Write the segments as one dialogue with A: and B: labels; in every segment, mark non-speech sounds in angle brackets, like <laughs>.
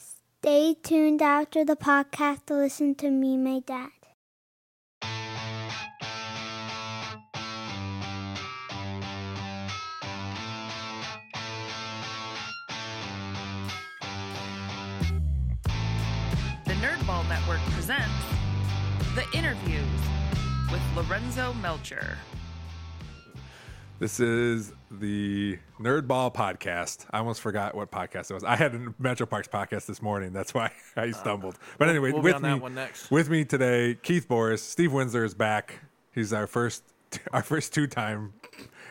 A: Stay tuned after the podcast to listen to me, my dad.
B: The Nerdball Network presents The Interviews with Lorenzo Melcher.
C: This is the Nerd Ball podcast. I almost forgot what podcast it was. I had a Metro Parks podcast this morning. That's why <laughs> I stumbled. But anyway,
D: we'll be
C: with
D: on
C: me
D: that one next.
C: with me today, Keith Boris, Steve Windsor is back. He's our first <laughs> our first two time,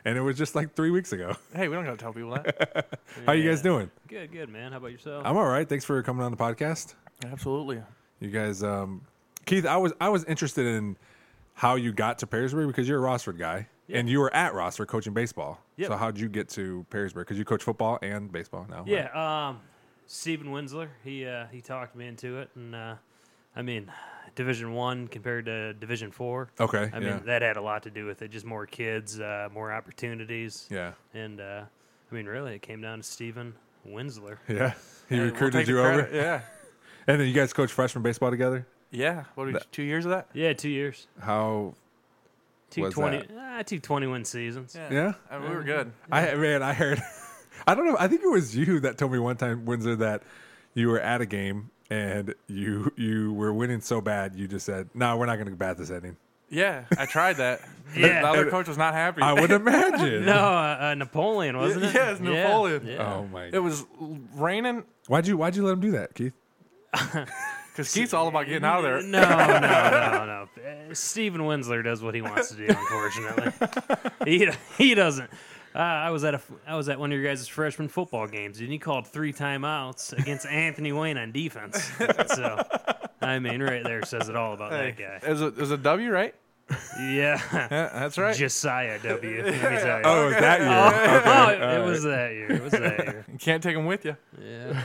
C: and it was just like three weeks ago.
D: Hey, we don't gotta tell people that.
C: How you guys doing?
E: Good, good, man. How about yourself?
C: I'm all right. Thanks for coming on the podcast.
D: Absolutely.
C: You guys, um, Keith, I was I was interested in how you got to Perrysburg because you're a Rossford guy and you were at Rossford coaching baseball.
E: Yep.
C: So how'd you get to Perrysburg? Because you coach football and baseball now. right?
E: yeah, um, Stephen Winsler. He uh, he talked me into it, and uh, I mean, Division One compared to Division Four.
C: Okay.
E: I
C: Oh, yeah.
E: mean, that had a lot to do with it. Just more kids, uh, more opportunities.
C: yeah.
E: And uh, I mean, really, it came down to Stephen Winsler.
C: Yeah. <laughs> He
D: Hey, we'll
C: recruited
D: take the
C: you over.
D: credit. Yeah.
C: And then you guys coach freshman baseball together.
D: Yeah. What are we, two years of that?
E: Yeah, two years,
C: How
E: two
C: Was
E: twenty, uh, two twenty-one seasons.
C: Yeah?
D: I mean, Uh, we were good.
C: I man, I heard <laughs> I don't know, I think it was you that told me one time, Windsor, that you were at a game and you you were winning so bad you just said, No, we're not gonna bat this inning.
D: Yeah. I tried that.
E: Yeah.
D: The other coach was not happy.
C: I
D: <laughs>
C: would imagine.
E: No, uh, uh,
C: <laughs>
E: Napoleon wasn't it?
D: yes, Napoleon.
E: Yeah.
C: Oh my
D: it was raining
C: Why'd you why'd you let him do that, Keith?
D: because Keith's all about getting out of there.
E: No, no, no,
C: <laughs>
E: no. Uh, Steven Winsler does what he wants to do. Unfortunately, he he doesn't. Uh, I was at a I was at one of your guys' freshman football games, and he called three timeouts
C: <laughs>
E: against Anthony Wayne on defense. So, I mean, right there says it all about
D: Hey,
E: that
D: It was, a, it was a W, right?
E: guy. Yeah,
D: Yeah, that's right.
E: Josiah W. Let me tell you.
C: Oh, it was that year.
E: Oh, it, it was that year. It was that year.
D: you can't take him with you.
E: Yeah.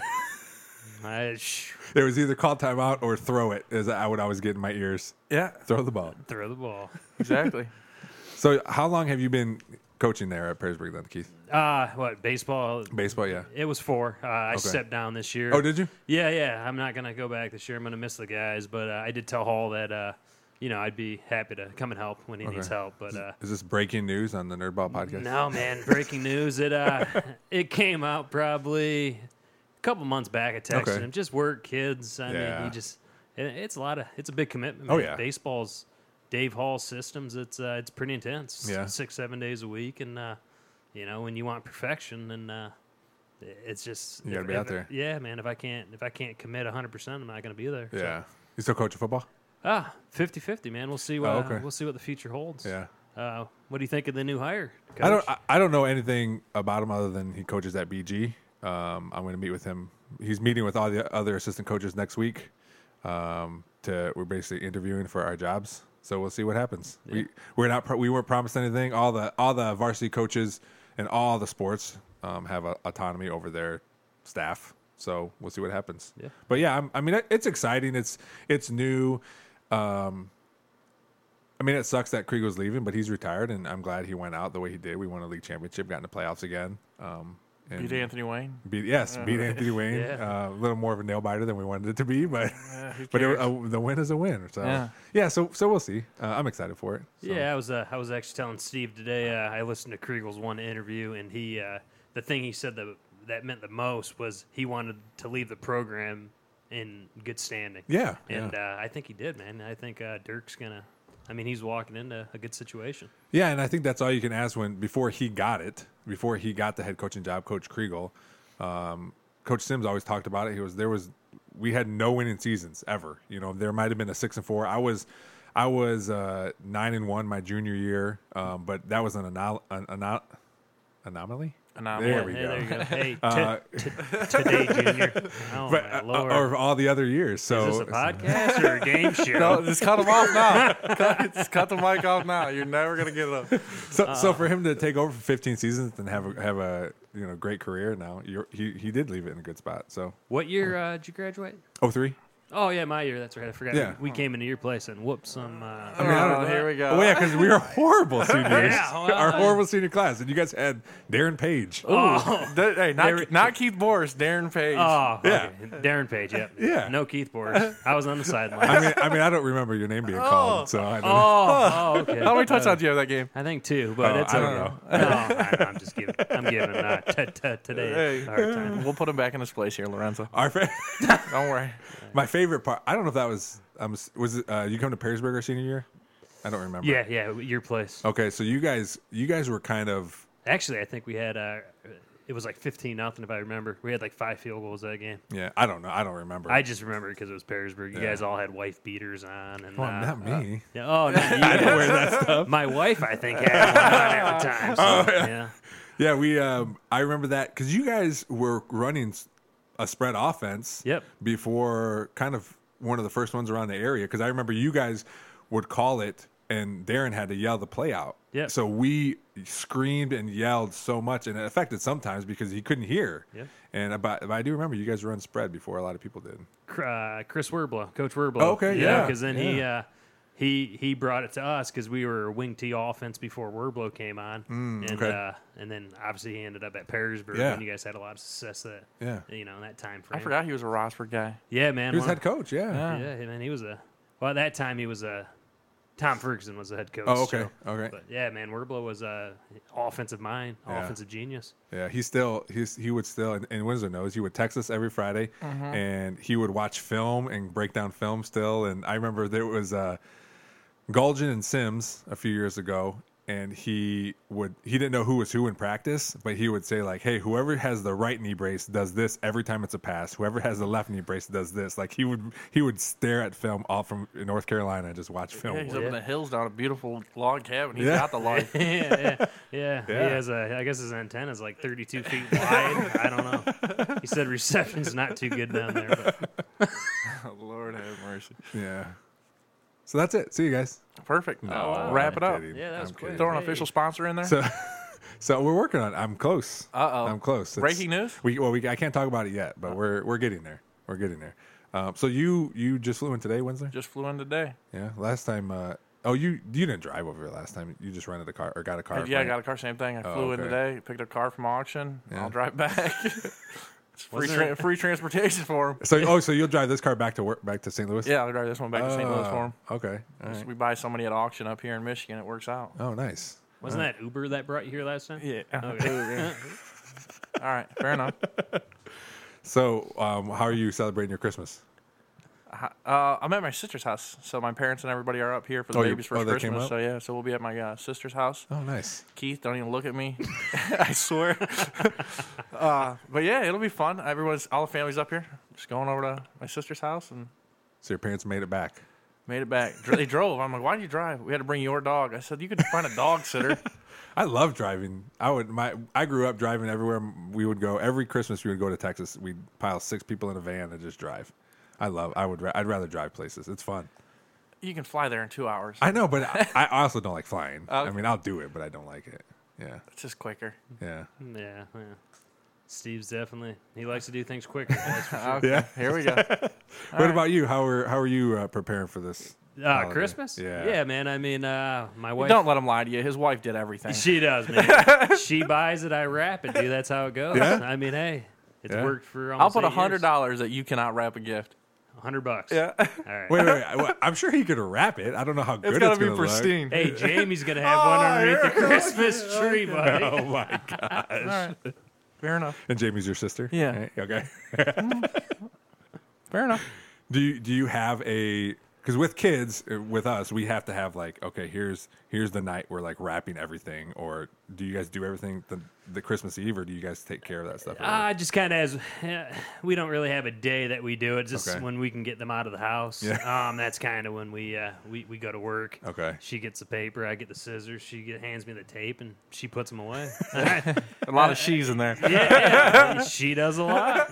E: I sh-
C: <laughs> It was either call timeout or throw it, as I would always get in my ears.
D: Yeah.
C: Throw the ball.
E: throw the ball.
D: Exactly.
C: So how long have you been coaching there at Perrysburg then, Keith?
E: Uh, what baseball?
C: Baseball, yeah.
E: It was four. Uh, I
C: Okay.
E: stepped down this year.
C: Oh, did you?
E: Yeah, yeah. I'm not gonna go back this year. I'm gonna miss the guys, but uh, I did tell Hall that uh, you know I'd be happy to come and help when he needs
C: Okay.
E: help. But uh,
C: Is this breaking news on the Nerdball podcast?
E: no, man, breaking news.
C: <laughs>
E: It uh, it came out probably a couple months back. I texted
C: Okay.
E: him just work, kids. I mean,
C: Yeah.
E: he just it, it's a lot of it's a big commitment.
C: Oh,
E: man.
C: yeah.
E: baseball's Dave Hall systems. It's uh, it's pretty intense.
C: Yeah.
E: six seven days a week, and uh, you know when you want perfection, then uh, it's just
C: You gotta
E: if-
C: be out
E: if-
C: there.
E: Yeah, man. If I can't if I can't commit hundred percent, I'm not gonna be there.
C: Yeah. You still coaching football?
E: Ah, 50-50, man. We'll see what uh,
C: Oh, okay.
E: we'll see what the future holds.
C: Yeah.
E: Uh, what do you think of the new hire?
C: I don't.
E: coach?
C: I, I don't know anything about him other than he coaches at BG. Um, I'm going to meet with him. He's meeting with all the other assistant coaches next week. Um, to we're basically interviewing for our jobs. So we'll see what happens. We we're not pro- we weren't promised anything. All the all the varsity coaches and all the sports um, have a, autonomy over their staff. So we'll see what happens.
E: Yeah.
C: But yeah, I'm, I mean, it- it's exciting. It's it's new. Um, I mean, it sucks that Kriegel's leaving, but he's retired, and I'm glad he went out the way he did. We won a league championship, got in the playoffs again. Um, and
D: Beat Anthony Uh, Wayne.
C: beat- yes, beat
D: <laughs>
C: Anthony Wayne.
E: Yeah.
C: Uh, a little more of a nail biter than we wanted it to be, but
D: who
C: <laughs> but it,
D: cares?
C: uh, the win is a win. So yeah,
D: Yeah.
C: so so we'll see. Uh, I'm excited for it. So.
E: Yeah, I was uh, I was actually telling Steve today. Uh, I listened to Kriegel's one interview, and he uh, the thing he said that that meant the most was he wanted to leave the program in good standing.
C: yeah,
E: and
C: yeah.
E: Uh, I think he did, man. I think uh, Dirk's gonna. I mean, he's walking into a good situation.
C: Yeah, and I think that's all you can ask when before he got it, before he got the head coaching job, Coach Kriegel, um, Coach Sims always talked about it. He was there was we had no winning seasons ever. You know, there might have been a six and four. I was I was uh, nine and one my junior year, um, but that was an, anol- an, anol- anomaly.
D: Anomaly.
C: There we
E: hey,
C: go.
E: There you
C: <laughs>
E: go. Hey, t-
C: Uh,
E: t-
C: <laughs>
E: today, Junior. Oh
C: But
E: my
C: uh,
E: lord!
C: or all the other years. So
E: Is this a podcast or
C: <laughs>
E: a game show?
D: No, just cut him off now. cut, just cut the mic off now. You're never gonna get it up.
C: So,
E: Uh.
C: so for him to take over for 15 seasons and have a, have a you know great career now, you're, he he did leave it in a good spot. So
E: What year uh, did you graduate?
C: 03.
E: Oh yeah, my year. That's right. I forgot.
C: Yeah.
E: We, we came into your place and whooped some. Uh,
C: I mean, I don't
D: Oh,
C: know.
D: here we go.
C: Oh, yeah, because
E: <laughs>
C: we were horrible seniors.
E: Yeah, well,
C: Our
E: I-
C: horrible senior class. And you guys had Darren Page.
E: oh,
D: That- hey,
E: There we-
D: not, not Keith Boris, Darren Page.
E: oh,
C: Yeah.
E: okay. Darren Page. Yep.
C: <laughs> Yeah.
E: No Keith Boris. I was on the sideline.
C: <laughs> I mean, I mean, I don't remember your name being called, so I don't know.
E: <laughs> oh, oh, okay.
D: How many touchdowns do you have that game?
E: I think two, but
C: Oh,
E: it's
C: I
E: okay.
C: don't know.
E: No, I, I'm just giving. I'm giving him uh, t- t- today.
D: Hey.
E: a hard time.
D: We'll put him back in his place here, Lorenzo.
C: Our fa- <laughs>
D: Don't worry.
C: my favorite part. I don't know if that was um, was it, uh, you come to Perrysburg our senior year. I don't remember.
E: Yeah, yeah. Your place.
C: Okay, so you guys, you guys were kind of
E: Actually, I think we had. Uh, it was like 15 nothing, if I remember. We had like five field goals that game.
C: yeah. I don't know. I don't remember.
E: I just remember because it was Perrysburg. You
C: Yeah.
E: guys all had wife beaters on, and
C: Well,
E: uh,
C: not me.
E: Yeah, Oh,
C: <laughs>
E: no, you didn't wear that stuff. My wife, I think, had one on at the time. So, yeah.
C: Oh, yeah, we. Um, I remember that because you guys were running s- a spread offense.
E: Yep.
C: Before kind of one of the first ones around the area because I remember you guys would call it and Darren had to yell the play out.
E: Yep.
C: So we screamed and yelled so much and it affected sometimes because he couldn't hear.
E: Yep.
C: And uh, but, but I do remember you guys run spread before a lot of people did.
E: Cr- Uh, Chris Werblow, Coach Werblow.
C: Okay, yeah,
E: Because then he.
C: yeah.
E: Uh, he, he brought it to us because we were a wing tee offense before Werblow came on, and
C: Mm, okay.
E: uh, and then obviously he ended up at Perrysburg,
C: Yeah.
E: and you guys had a lot of success that
C: Yeah.
E: you know in that time frame.
D: I forgot he was a Rossford guy.
E: Yeah, man.
C: He was
E: one of-
C: head coach. Yeah.
E: Yeah, hey, man, he was a. Well, at that time he was a. Tom Ferguson was the head coach.
C: Oh, okay,
E: so-
C: okay.
E: But yeah, man, Werblow was a offensive mind,
C: Yeah.
E: offensive genius.
C: Yeah, he still he's, he would still and, and Windsor knows he would text us every Friday,
D: Mm-hmm.
C: and he would watch film and break down film still. And I remember there was uh, Gulgin and Sims a few years ago, and he would he didn't know who was who in practice, but he would say like, "Hey, whoever has the right knee brace does this every time it's a pass. Whoever has the left knee brace does this." Like he would he would stare at film all from North Carolina and just watch film.
D: Yeah, he's up in the hills down a beautiful log cabin. He's
C: Yeah.
D: got the life.
E: yeah, yeah, yeah.
C: Yeah.
E: He has a. I guess his antenna is like 32 feet wide. I don't know. He said reception's not too good down there. But
D: Oh, Lord have mercy.
C: yeah. So that's it. See you guys.
D: Perfect.
C: Oh, wow.
D: Wrap
C: I'm
D: it up.
C: kidding.
E: Yeah, that was
C: I'm
E: quick.
C: kidding.
D: Throw an
E: Hey.
D: official sponsor in there.
C: So, <laughs> so we're working on. I'm close.
D: Uh-oh.
C: I'm close. It's-
D: Breaking news? Uh.
C: We well, we I can't talk about it yet, but we're we're getting there. We're getting there. Um, so you you just flew in today, Winsler?
D: Just flew in today.
C: Yeah. Last time. Uh, oh, you you didn't drive over here last time. You just rented a car or got a car.
D: Uh, yeah, I
C: from-
D: got a car. Same thing. I flew in
C: Oh, okay.
D: today. Picked up a car from auction.
C: Yeah.
D: I'll drive back. <laughs> it's free,
E: Wasn't
D: tra- free transportation
C: <laughs>
D: for him. <laughs>
C: So oh, so you'll drive this car back to work back to St. Louis?
D: Yeah, I'll drive this one back to St. Louis for him.
C: Uh, Okay. All
D: So
C: right.
D: we buy somebody at auction up here in Michigan. It works out.
C: Oh, nice.
E: wasn't that Uber that brought you here last time?
D: Yeah. <laughs>
E: Okay.
D: All right. Fair enough.
C: So um, how are you celebrating your Christmas?
D: Uh, I'm at my sister's house, so my parents and everybody are up here for the
C: Oh, you-
D: baby's
C: oh,
D: first
C: they came
D: Christmas.
C: up?
D: So yeah, so we'll be at my uh, sister's house.
C: Oh, nice.
D: Keith, don't even look at
C: <laughs>
D: me. <laughs> I swear. <laughs> uh, but yeah, it'll be fun. Everyone's all the family's up here. Just going over to my sister's house and
C: So your parents made it back.
D: made it back. Dr- They drove. I'm like, why'd you drive? We had to bring your dog. I said, you could find a dog sitter.
C: I love driving. I would my I grew up driving everywhere we would go. Every Christmas we would go to Texas. We'd pile six people in a van and just drive. I love. I would. ra- I'd rather drive places. It's fun.
D: You can fly there in two hours.
C: I know, but I, I also don't like flying. I mean, I'll do it, but I don't like it. Yeah,
D: It's just quicker.
C: yeah.
E: Mm, yeah, yeah. Steve's definitely. He likes to do things quicker.
C: <laughs>
E: Uh, that's for sure.
D: Uh, Okay,
C: Yeah.
D: Here
C: <laughs>
D: we go.
C: what about you? How are How are you uh, preparing for
D: <laughs>
C: this?
E: Uh,
C: holiday?
E: Christmas?
C: Yeah.
E: Yeah, man. I mean, uh, my wife.
D: Don't let him lie to you. His wife did everything.
E: <laughs> She
D: <laughs>
E: does, man. she buys it, I wrap it, dude. That's how it goes.
C: Yeah?
E: I mean, hey, it's
C: Yeah.
E: worked for
D: I'll
E: almost
D: put a
E: eight
D: hundred
E: years.
D: dollars that you cannot wrap a gift.
E: 100 bucks.
D: Yeah.
E: All right.
C: Wait, wait, wait. I- I'm sure he could wrap it. I don't know how good
D: It's
C: it's
D: gotta
C: gonna
D: be
C: look.
D: pristine.
E: Hey,
C: <laughs>
E: Jamie's gonna have one underneath the Christmas tree, buddy.
C: Oh my god!
D: Fair enough.
C: And Jamie's your sister.
D: Yeah.
C: Right? Okay.
D: Fair enough.
C: Do you do you have a because with kids uh, with us we have to have like okay here's here's the night we're like wrapping everything or do you guys do everything the, the Christmas Eve or do you guys take care of that stuff?
E: Uh, just kind of as we don't really have a day that we do it. Just
C: Okay.
E: when we can get them out of the house.
C: Yeah.
E: <laughs> Um, that's kind of when we uh, we we go to work.
C: Okay.
E: She gets the paper. I get the scissors. She get, hands me the tape, and she puts
C: <laughs>
E: them away. <laughs>
D: A lot of she's in there.
E: yeah, she does a lot.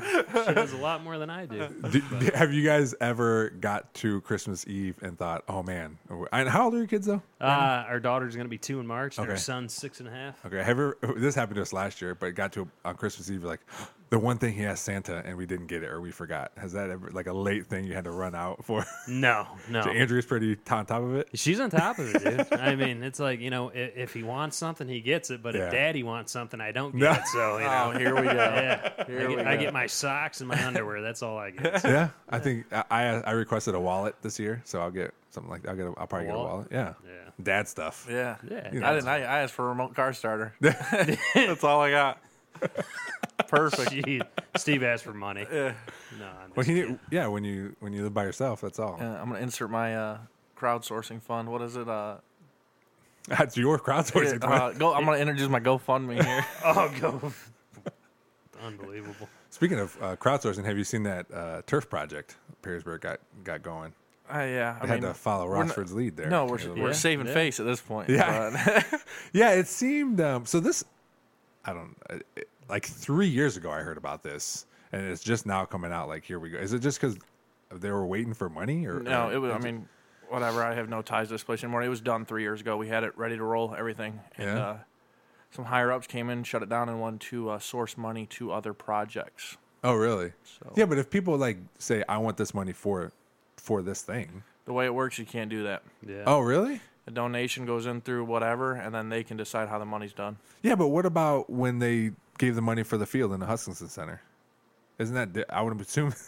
E: She does a lot more than I do.
C: <laughs> do, do- have you guys ever got to Christmas Eve and thought oh man and how old are your kids though?
E: Uh, our daughter's gonna be two in March, and
C: Okay.
E: our son's six and a half.
C: uh, Okay, have you, this happened to us last year, but it got to on Christmas Eve like <gasps> the one thing he asked Santa and we didn't get it or we forgot. Has that ever like a late thing you had to run out for? <laughs>
E: No, no.
C: So Andrea's pretty t- on top of it.
E: She's on top of it,
C: <laughs>
E: dude. I mean, it's like you know, if, if he wants something, he gets it. But
C: Yeah.
E: if Daddy wants something, I don't get
C: No.
E: it.
C: <laughs>
E: So you know,
D: <laughs> Oh, here we go.
E: yeah,
D: Here
E: I,
D: we
E: get, I
D: go.
E: get my socks and my underwear. That's all I get.
C: Yeah, I think I, I I requested a wallet this year, so I'll get something like I'll get a, I'll probably get a
E: wallet?
C: wallet. Yeah,
E: Yeah.
C: dad stuff.
D: Yeah.
E: Yeah,
D: I
E: that's-
D: didn't. I, I asked for a remote car
E: <laughs>
D: starter. That's all I got. Perfect.
E: Jeez. Steve asked for money. No, I'm
C: Well,
E: just
C: he
E: kidding.
C: knew, yeah, when you when you live by yourself, that's all.
D: Uh, I'm gonna insert my uh, crowdsourcing fund. What is it? Uh,
C: <laughs> That's your crowdsourcing.
D: uh,
C: fund.
D: go, I'm gonna introduce my
E: <laughs>
D: GoFundMe here.
E: oh, go. Unbelievable.
C: Speaking of uh, crowdsourcing, have you seen that uh, turf project Perrysburg got got going?
D: Uh, yeah, I
C: They had
D: mean,
C: to follow
D: we're not-
C: Rossford's lead there.
D: No, we're,
C: Yeah.
D: we're saving
E: yeah.
D: face at this point.
C: Yeah.
E: <laughs>
D: but-
C: Yeah, it seemed um, so. This, I don't uh, it, like three years ago. I heard about this, and it's just now coming out. Like, here we go. Is it just because they were waiting for money, or
D: no,
C: or-
D: it was. I mean, whatever. I have no ties to this place anymore. It was done three years ago. We had it ready to roll. Everything. And,
C: Yeah.
D: uh, some higher ups came in, shut it down, and wanted to uh, source money to other projects.
C: Oh, really? Yeah, but if people like say, "I want this money for for this thing,"
D: The way it works, you can't do that.
E: Yeah.
C: oh, really?
D: A donation goes in through whatever, and then they can decide how the money's done.
C: Yeah, but what about when they gave the money for the field in the Huskinson Center? Isn't that di- I would assume? <laughs>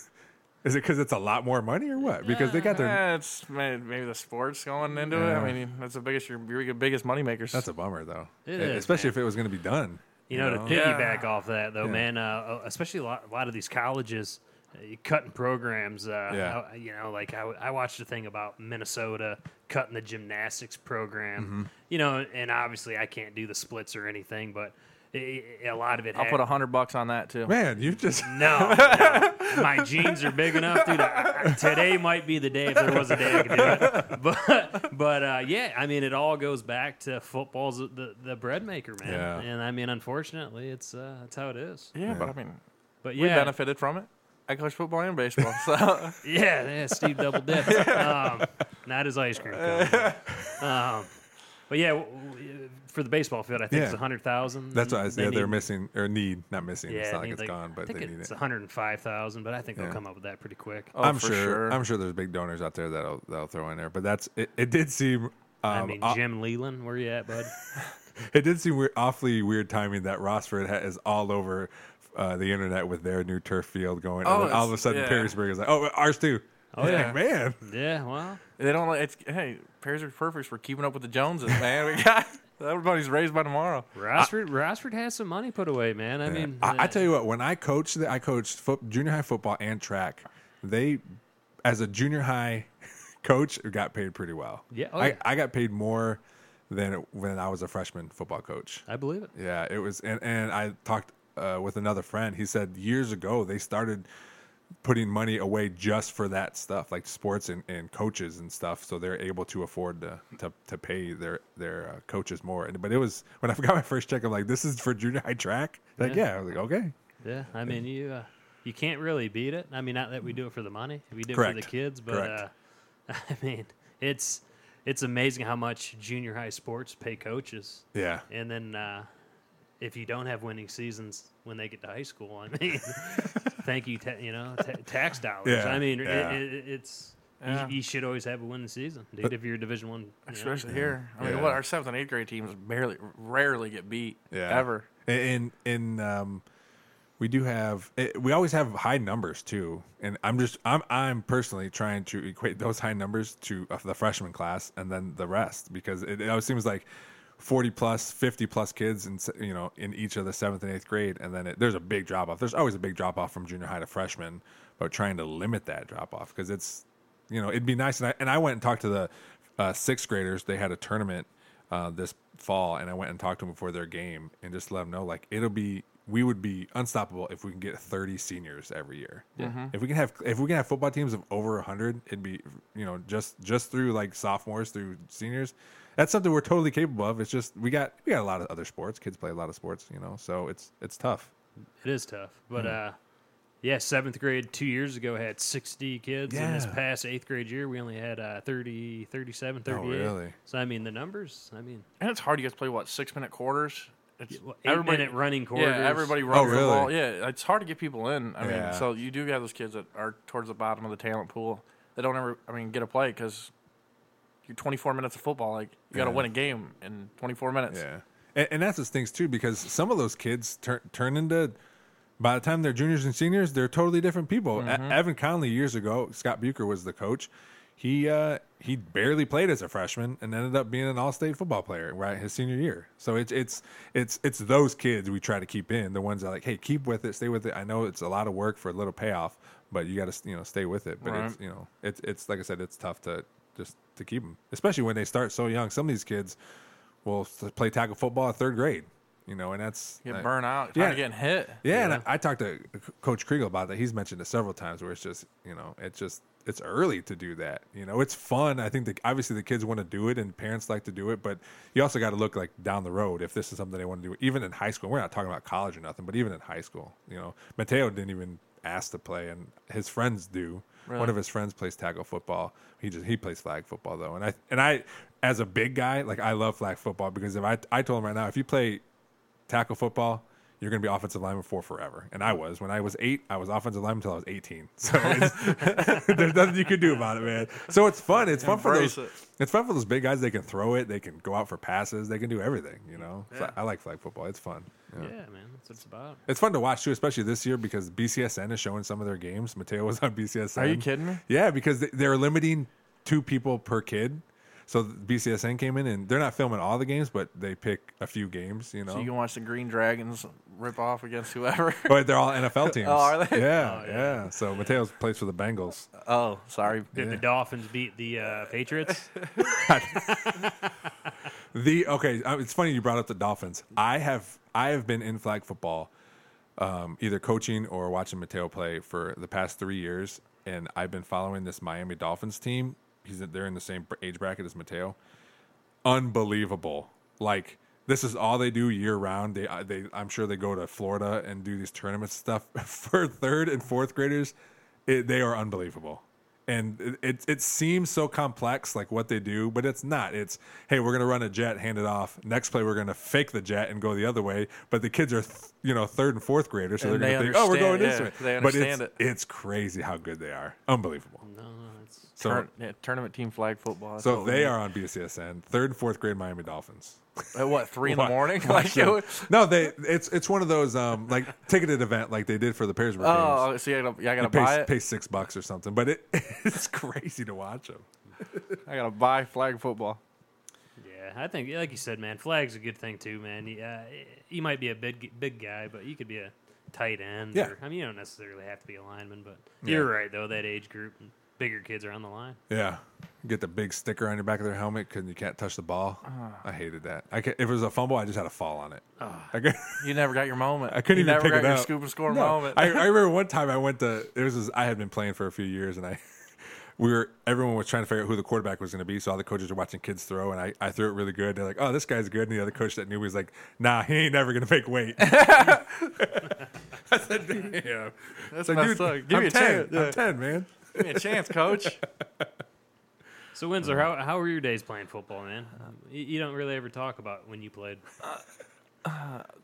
C: Is it because it's a lot more money or what? Because they got their.
D: Eh, it's may- maybe the sports going into it. I
C: Yeah.
D: mean, that's the biggest your, your biggest money makers.
C: That's a bummer though,
E: It
C: E-
E: is,
C: especially
E: man.
C: if it was going to be done.
E: You know, to
D: Yeah.
E: piggyback off that though,
C: Yeah.
E: man, uh, especially a lot, a lot of these colleges uh, you cutting programs. Uh,
C: Yeah.
E: how- you know, like I, w- I watched a thing about Minnesota cutting the gymnastics program.
C: Mm-hmm.
E: You know, and obviously I can't do the splits or anything, but i i- a lot of it.
D: I'll
E: had-
D: put a hundred bucks on that too.
C: Man, you just
E: no, no. my jeans are big enough, dude. I, I- today might be the day if there was a day I could
C: <laughs>
E: do it. But but uh, yeah, I mean, it all goes back to football's the the bread maker, man.
C: Yeah.
E: And I mean, unfortunately, it's uh, that's how it is.
D: Yeah, but I mean,
E: But
D: we
E: yeah,
D: benefited from it. I coach football and baseball, <laughs> so
E: yeah, yeah, Steve double dipped.
C: <laughs>
E: um, not his ice cream cone. but, Um, but yeah, w- w- for the baseball field, I think it's
C: Yeah.
E: a hundred thousand.
C: <laughs> That's what I
E: They
C: said. They're
E: need-
C: missing or need, not missing.
E: Yeah,
C: it's not
E: they
C: like
E: need,
C: it's gone,
E: I
C: but
E: think
C: they need
E: it's
C: it.
E: one hundred five thousand, but I think they'll
C: Yeah.
E: come up with that pretty quick.
D: Oh,
C: I'm
D: for
C: sure, I'm sure there's big donors out there that'll that'll throw in there. But that's it. It did seem. Um,
E: I mean,
C: aw-
E: Jim Leland, where you at,
C: <laughs>
E: bud?
C: it did seem weird, awfully weird timing that Rossford ha- is all over uh, the internet with their new turf field going.
D: Oh,
C: and then all of a
D: it's-
C: sudden,
D: yeah.
C: Perrysburg is like, "Oh, ours too." Oh
D: yeah.
C: man.
E: yeah, well,
D: They don't like it's hey, pairs are perfect for keeping up with the Joneses, man. We got <laughs> everybody's raised by tomorrow.
E: Rossford, Rossford has some money put away, man. I mean,
C: I, I
E: uh,
C: tell you what, when I coached, the- I coached foot, junior high football and track. They, as a junior high <laughs> coach, got paid pretty well.
E: Yeah, oh,
C: I,
E: yeah.
C: I got paid more than it, when I was a freshman football coach.
E: I believe it.
C: Yeah, it was, and and I talked uh, with another friend. He said years ago they started putting money away just for that stuff, like sports and, and coaches and stuff, so they're able to afford to to, to pay their their uh, coaches more. And but it was when I <laughs> forgot my first check, I'm like, this is for junior high track. Like,
E: Yeah.
C: yeah, I was like, okay,
E: Yeah, I mean, you uh, you can't really beat it. I mean, not that we do it for the money, we do it for the
C: Correct.
E: kids, but uh, <laughs>
C: Correct.
E: I mean, it's it's amazing how much junior high sports pay coaches,
C: yeah,
E: and then uh, if you don't have winning seasons when they get to high school, I <laughs> mean, thank you, ta- you know, ta- tax dollars.
C: Yeah,
E: I mean,
C: yeah.
E: it, it, it's. you-
D: Yeah.
E: You, should always have a winning season, dude. If you're a Division One, you know.
D: Especially here. I mean, what
C: Yeah.
D: our seventh and eighth grade teams barely, rarely get beat
C: yeah,
D: ever.
C: And and um, we do have it, we always have high numbers too. And I'm just I'm I'm personally trying to equate those high numbers to uh, the freshman class and then the rest because it, it always seems like. 40 plus 50 plus kids in s- you know in each of the seventh and eighth grade and then it, there's a big drop off there's always a big drop off from junior high to freshman but trying to limit that drop off because it's you know, it'd be nice. And I, and I went and talked to the uh, sixth graders. They had a tournament uh, this fall, and I went and talked to them before their game and just let them know like it'll be we would be unstoppable if we can get 30 seniors every year. If we can have if we can have football teams of over 100, it'd be you know just just through like sophomores through seniors. That's something we're totally capable of. It's just we got we got a lot of other sports. Kids play a lot of sports, you know, so it's it's tough.
E: It is tough, but uh, yeah, seventh grade two years ago had sixty kids, and this
C: Yeah.
E: past eighth grade year we only had uh, 30, 37, 38.
C: really?
E: So I mean the numbers. I mean,
D: And it's hard. You guys play what six minute quarters, It's
E: eight minute running quarters.
D: Yeah, everybody runs
C: Oh, really?
D: the ball. Yeah, it's hard to get people in. I
C: Yeah.
D: mean, so you do have those kids that are towards the bottom of the talent pool. They don't ever, I mean, get a play because you're 24 minutes of football. Like you got to
C: Yeah.
D: win a game in 24 minutes.
C: Yeah, and, and that's the things too, because some of those kids turn turn into. By the time they're juniors and seniors, they're totally different people. E- Evan Conley years ago, Scott Bucher was the coach. He uh, he barely played as a freshman and ended up being an all-state football player right his senior year. So it's it's it's it's those kids we try to keep in the ones that like hey keep with it stay with it. I know it's a lot of work for a little payoff, but you got to you know stay with it. But it's
D: Right.
C: you know it's it's like I said it's tough to just to keep them, especially when they start so young. Some of these kids will s- play tackle football at third grade. You know, and that's
D: You
C: uh,
D: get burnt out.
C: yeah.
D: Yeah. getting hit.
C: Yeah, and I, I talked to C- Coach Kriegel about that. He's mentioned it several times where it's just you know it's just it's early to do that. You know, it's fun. I think that obviously the kids want to do it and parents like to do it, but you also got to look like down the road if this is something they want to do. Even in high school, we're not talking about college or nothing, but even in high school, you know, Mateo didn't even ask to play, and his friends do. One
D: Really?
C: of his friends plays tackle football. He just he plays flag football though, and I and I as a big guy like I love flag football because if I I told him right now if you play tackle football, you're going to be offensive lineman for forever. And I was. When I was eight, I was offensive lineman until I was 18. <laughs> So it's, <laughs> there's nothing you can do about it, man. So it's fun. It's fun for
D: Embrace
C: those. It's fun for those big guys. They can throw it. They can go out for passes. They can do everything. You know. So I like flag football. It's fun. Yeah.
E: Yeah, man, that's what it's about.
C: It's fun to watch too, especially this year because BCSN is showing some of their games. Mateo was <laughs> on BCSN.
D: Are you kidding me?
C: Yeah, because they- they're limiting two people per kid. So BCSN came in and they're not filming all the games, but they pick a few games. You know,
D: So you can watch the Green Dragons rip off
C: <laughs>
D: against whoever.
C: But they're all NFL teams.
D: <laughs> Oh, are they?
C: Yeah, yeah. So Mateo's plays for the Bengals.
D: oh, sorry. <laughs>
E: Did the Dolphins beat the uh, Patriots?
C: The okay, uh, it's funny you brought up the Dolphins. I have I have been in flag football, um, either coaching or watching Mateo play for the past three years, and I've been following this Miami Dolphins team. He's they're in the same age bracket as Mateo. unbelievable. Like this is all they do year round. They, I- they, I'm sure they go to Florida and do these tournament stuff <laughs> for third and fourth graders. It, they are unbelievable, and it, it it seems so complex, like what they do, but it's not. It's hey, we're gonna run a jet, hand it off. Next play, we're gonna fake the jet and go the other way. But the kids are, th- you know, third and fourth graders, so
D: And
C: they're
D: they
C: gonna think, oh, we're going
D: understand-
C: this
D: yeah,
C: way.
D: they
C: but it's,
D: understand
C: it's crazy how good they are. Unbelievable.
E: no, no, it's
C: So
D: Turn- yeah, tournament team flag football. That's
C: so
D: what we
C: they
D: need.
C: are on BCSN, third and fourth grade Miami Dolphins.
D: at what three in the
C: Why-
D: morning. <laughs>
C: <laughs> why
D: Like it
C: should-
D: was,
C: no, they it's it's one of those um like ticketed event like they did for the Perrysburg games.
D: oh, so you gotta, yeah, I gotta
C: Pay,
D: buy it.
C: pay six bucks or something, but it, <laughs> it's crazy to watch them.
D: I gotta buy flag football.
E: yeah. I think, like you said, man, flag's a good thing too, man. Yeah, you might be a big big guy, but you could be a tight end.
C: Yeah.
E: Or, I mean, you don't necessarily have to be a lineman, but you're right though. That age group, bigger kids are on the line.
C: Yeah, you get the big sticker on your back of their helmet because you can't touch the ball.
D: Uh-huh.
C: I hated that. I ca if it was a fumble, I just had a fall on it. I ca-
D: You never got your moment.
C: I couldn't
D: you
C: even
D: never
C: pick
D: got
C: it
D: your
C: up.
D: scoop and score
C: No.
D: moment.
C: I,
D: <laughs>
C: I remember one time I went to it was this, I had been playing for a few years and I <laughs> we were everyone was trying to figure out who the quarterback was going to be. So all the coaches were watching kids throw and I, I threw it really good. They're like, oh, this guy's good. And the other coach that knew me was like, nah, he ain't never going to make
D: <laughs>
C: weight. <laughs> I said, damn.
D: That's
C: Like,
D: messed
C: dude,
D: up. Give
C: I'm
D: me
C: 10.
D: a chance.
C: I'm
D: Yeah.
C: 10, man.
D: Give me a chance, coach.
E: So Windsor, how how were your days playing football, man? You, you don't really ever talk about when you played.